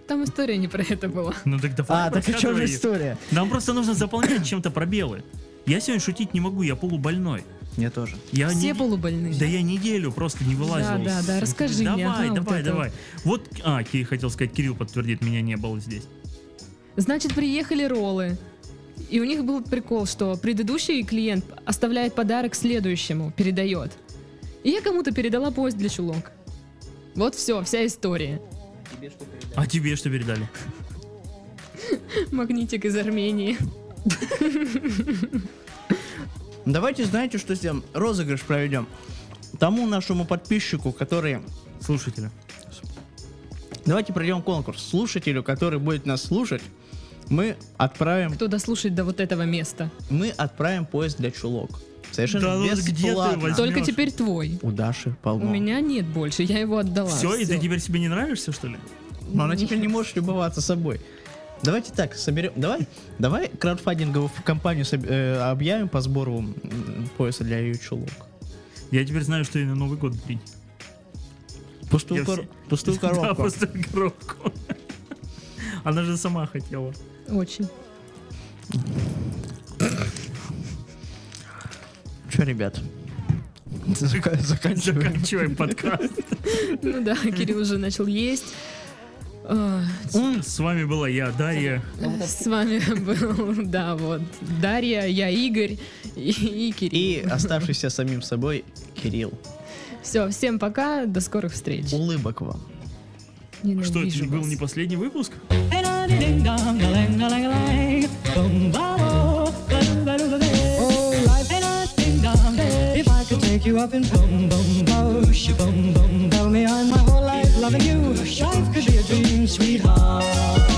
B: Там история не про это была.
D: Ну так давай.
C: А, так а чем
D: рассказывай.
C: же история?
D: Нам просто нужно заполнять чем-то пробелы. Я сегодня шутить не могу, я полубольной.
C: Мне тоже.
D: Я
B: Все
D: не-
B: полубольные.
D: Да я неделю просто не вылазил.
B: Да, да, да,
D: из-
B: расскажи
D: давай,
B: мне, ага, вот
D: Давай,
B: это
D: давай, Вот, а, Кирилл хотел сказать, Кирилл подтвердит, меня не было здесь.
B: Значит, приехали роллы. И у них был прикол, что предыдущий клиент оставляет подарок следующему, передает. И я кому-то передала поезд для чулок. Вот все, вся история.
D: А тебе что передали?
B: Магнитик из Армении.
C: Давайте, знаете, что сделаем? Розыгрыш проведем. Тому нашему подписчику, который...
D: Слушателя.
C: Давайте пройдем конкурс. Слушателю, который будет нас слушать, мы отправим,
B: Кто дослушает до вот этого места?
D: А,
C: мы отправим поезд для чулок.
D: Да
C: Совершенно
D: ну вот где ты
C: бесплатно.
D: возьмёшь?
B: Только теперь твой.
C: У Даши полно.
B: У меня нет больше, я его отдала.
D: все, Ну. и ты
B: Всё.
D: теперь себе не нравишься, что ли?
C: Но она теперь не может любоваться собой. Давайте так, соберем. Давай, давай краудфандинговую компанию соб- э, объявим по сбору м, пояса для ее чулок.
D: Я теперь знаю, что и на Новый год дарить.
C: Пустую,
D: Я
C: кор-
D: все-
C: пустую
D: Да,
C: коробку.
D: просто коробку. Она же сама хотела.
B: Очень.
C: Че, ребят? Зака- Заканчиваем.
D: Заканчиваем подкаст.
B: Ну да, Кирилл уже начал есть. А,
D: С вами была я, Дарья.
B: С вами был, да, вот, Дарья, я Игорь и, и Кирилл.
C: И оставшийся самим собой Кирилл.
B: Все, всем пока, до скорых встреч.
C: Улыбок вам.
D: Что, это
B: Ненавижу
D: был
B: вас.
D: не последний выпуск?
A: Oh, life ain't a ding dong day. If I could take you up in boom boom boosh, boom boom, tell me I'm my whole life loving you. Life could be a dream, sweetheart.